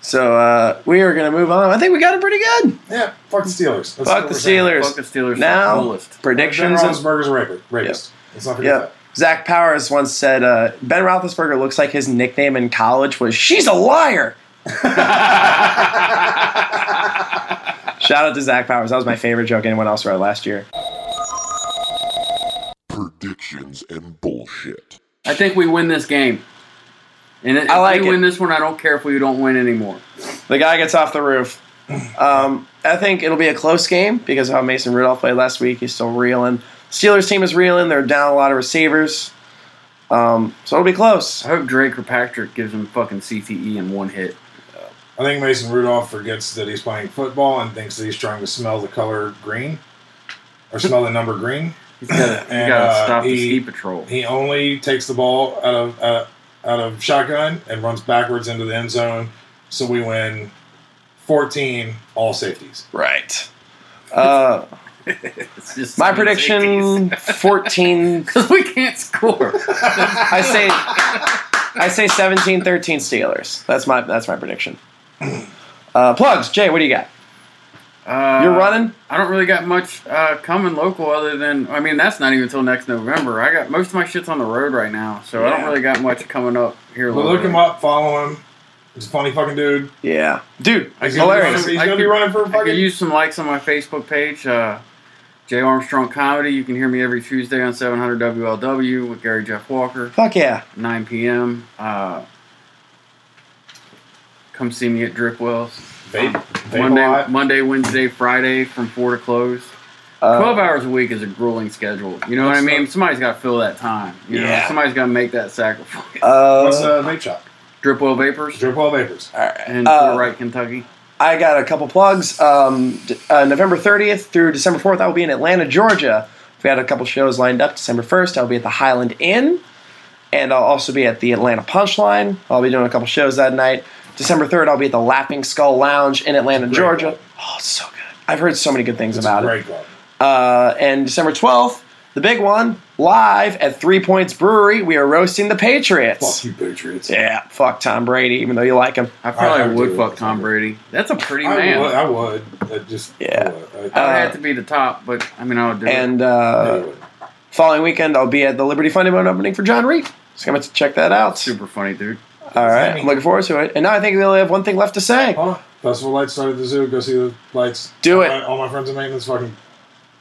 [SPEAKER 4] So uh, we are going to move on. I think we got it pretty good.
[SPEAKER 5] yeah. Fuck the Steelers. That's
[SPEAKER 4] Fuck
[SPEAKER 5] what
[SPEAKER 4] the
[SPEAKER 5] we're saying.
[SPEAKER 4] Steelers.
[SPEAKER 6] Fuck the Steelers,
[SPEAKER 4] Now,
[SPEAKER 6] fuck the coolest.
[SPEAKER 5] Ben
[SPEAKER 4] predictions. and-
[SPEAKER 5] Roethlisberger's a rapist. rapist. Let's not forget
[SPEAKER 4] Yeah. Zach Powers once said, uh, Ben Roethlisberger looks like his nickname in college was, She's a liar. Shout out to Zach Powers. That was my favorite joke anyone else wrote last year.
[SPEAKER 3] Predictions and bullshit.
[SPEAKER 6] I think we win this game. And if
[SPEAKER 4] I like
[SPEAKER 6] we
[SPEAKER 4] it.
[SPEAKER 6] win this one, I don't care if we don't win anymore.
[SPEAKER 4] The guy gets off the roof. Um, I think it'll be a close game because of how Mason Rudolph played last week. He's still reeling. Steelers team is reeling. They're down a lot of receivers. Um, so it'll be close.
[SPEAKER 6] I hope Drake or Patrick gives him fucking CTE in one hit.
[SPEAKER 5] that. I think Mason Rudolph forgets that he's playing football and thinks that he's trying to smell the color green or smell the number green. <clears throat>
[SPEAKER 6] He's gotta, he's
[SPEAKER 5] And,
[SPEAKER 6] gotta
[SPEAKER 5] uh,
[SPEAKER 6] stop the
[SPEAKER 5] he-
[SPEAKER 6] ski patrol.
[SPEAKER 5] He only takes the ball out of out, out of shotgun and runs backwards into the end zone. So we win fourteen all safeties.
[SPEAKER 4] Right. Uh,
[SPEAKER 6] It's just
[SPEAKER 4] my
[SPEAKER 6] <laughs>
[SPEAKER 4] prediction 14.
[SPEAKER 6] because we
[SPEAKER 5] <laughs>
[SPEAKER 6] can't score.
[SPEAKER 4] I say I say 17 13 Steelers. That's my that's my prediction. Uh, plugs, Jay, what do you got?
[SPEAKER 6] Uh,
[SPEAKER 4] You're running?
[SPEAKER 6] I don't really got much uh, coming local other than I mean that's not even till next November. I got most of my shit's on the road right now, so I
[SPEAKER 4] Yeah.
[SPEAKER 6] don't really got much coming up here.
[SPEAKER 5] But look
[SPEAKER 6] locally.
[SPEAKER 5] him up, follow him. He's a funny fucking dude.
[SPEAKER 4] Yeah. Dude,
[SPEAKER 5] He's gonna be
[SPEAKER 4] hilarious.
[SPEAKER 5] running, he's
[SPEAKER 6] I
[SPEAKER 5] gonna be
[SPEAKER 6] could-
[SPEAKER 5] running for
[SPEAKER 6] I could
[SPEAKER 5] fucking.
[SPEAKER 6] use some likes on my Facebook page, uh, J Armstrong Comedy. You can hear me every Tuesday on 700 WLW with Gary Jeff Walker,
[SPEAKER 4] Fuck yeah.
[SPEAKER 6] 9 p.m. Uh, come see me at Drip Wells.
[SPEAKER 5] Vape, vape a
[SPEAKER 6] Monday,
[SPEAKER 5] lot.
[SPEAKER 6] Monday, Wednesday, Friday from four to close.
[SPEAKER 5] Uh,
[SPEAKER 6] Twelve hours a week is a grueling schedule. You know what I mean? Somebody's got to fill that time. You know,
[SPEAKER 4] Yeah.
[SPEAKER 6] somebody's got to make that sacrifice.
[SPEAKER 5] What's
[SPEAKER 4] Uh,
[SPEAKER 5] uh, vape shop?
[SPEAKER 6] Drip Well Vapors
[SPEAKER 5] Drip Well Vapors.
[SPEAKER 6] in
[SPEAKER 4] Uh,
[SPEAKER 6] Fort Wright, Kentucky.
[SPEAKER 4] I got a couple plugs. Um, d- uh, November 30th through December 4th, I will be in Atlanta, Georgia. We had a couple shows lined up. December 1st, I'll be at the Highland Inn, and I'll also be at the Atlanta Punchline. I'll be doing a couple shows that night. December 3rd, I'll be at the Lapping Skull Lounge in Atlanta, Georgia. Oh, it's so good. I've heard so many good things about it.
[SPEAKER 5] Great club.
[SPEAKER 4] Uh, and December 12th, the big one, live at Three Points Brewery, we are roasting the
[SPEAKER 5] Fuck
[SPEAKER 4] Patriots.
[SPEAKER 5] you, Patriots.
[SPEAKER 4] Yeah, fuck Tom Brady, even though you like him.
[SPEAKER 6] I probably
[SPEAKER 5] I- I
[SPEAKER 6] would
[SPEAKER 5] do.
[SPEAKER 6] fuck Tom Brady. That's a pretty
[SPEAKER 5] I
[SPEAKER 6] man.
[SPEAKER 5] would. I would. I just. I
[SPEAKER 4] Yeah.
[SPEAKER 5] would. I,
[SPEAKER 6] I would
[SPEAKER 4] Uh,
[SPEAKER 6] have to be the top, but I mean, I would do it.
[SPEAKER 4] And
[SPEAKER 5] I
[SPEAKER 4] uh,
[SPEAKER 5] would.
[SPEAKER 4] following weekend, I'll be at the Liberty Funny-Bone opening for John Reed. So come out to check that out.
[SPEAKER 6] Super funny, dude.
[SPEAKER 4] All right, I'm looking forward to it. And now I think we only have one thing left to say.
[SPEAKER 5] Oh, Festival Lights started at the zoo. Go see the lights.
[SPEAKER 4] Do it.
[SPEAKER 5] All my, all my friends in maintenance fucking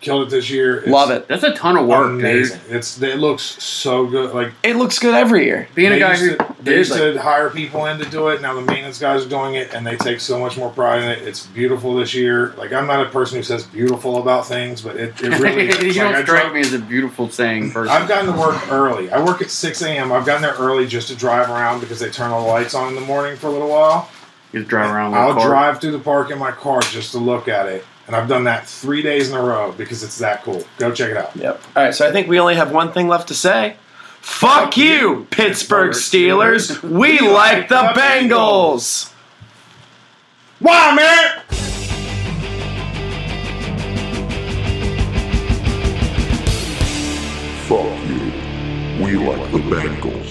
[SPEAKER 5] killed it this year. It's
[SPEAKER 4] Love it.
[SPEAKER 6] That's a ton of work,
[SPEAKER 5] Amazing.
[SPEAKER 6] dude.
[SPEAKER 5] It's it looks so good. Like
[SPEAKER 4] It looks good every year.
[SPEAKER 6] Being a
[SPEAKER 5] they
[SPEAKER 6] guy
[SPEAKER 5] used
[SPEAKER 6] who
[SPEAKER 5] to, they
[SPEAKER 6] did
[SPEAKER 5] used
[SPEAKER 6] like,
[SPEAKER 5] to hire people in to do it. Now the maintenance guys are doing it, and they take so much more pride in it. It's beautiful this year. Like I'm not a person who says beautiful about things, but it,
[SPEAKER 6] <laughs>
[SPEAKER 5] it really.
[SPEAKER 6] you
[SPEAKER 5] is.
[SPEAKER 6] don't
[SPEAKER 5] Like, I
[SPEAKER 6] strike
[SPEAKER 5] drove-
[SPEAKER 6] me as a beautiful saying person.
[SPEAKER 5] I've gotten to work early. I work at 6 a.m. I've gotten there early just to drive around because they turn all the lights on in the morning for a little while.
[SPEAKER 6] you just drive around. with a
[SPEAKER 5] I'll
[SPEAKER 6] car.
[SPEAKER 5] drive through the park in my car just to look at it. And I've done that three days in a row because it's that cool. Go check it out.
[SPEAKER 4] Yep. All right, so I think we only have one thing left to say. Fuck you, Pittsburgh Steelers. We like the Bengals.
[SPEAKER 5] Wow, man!
[SPEAKER 3] Fuck you. We like the Bengals.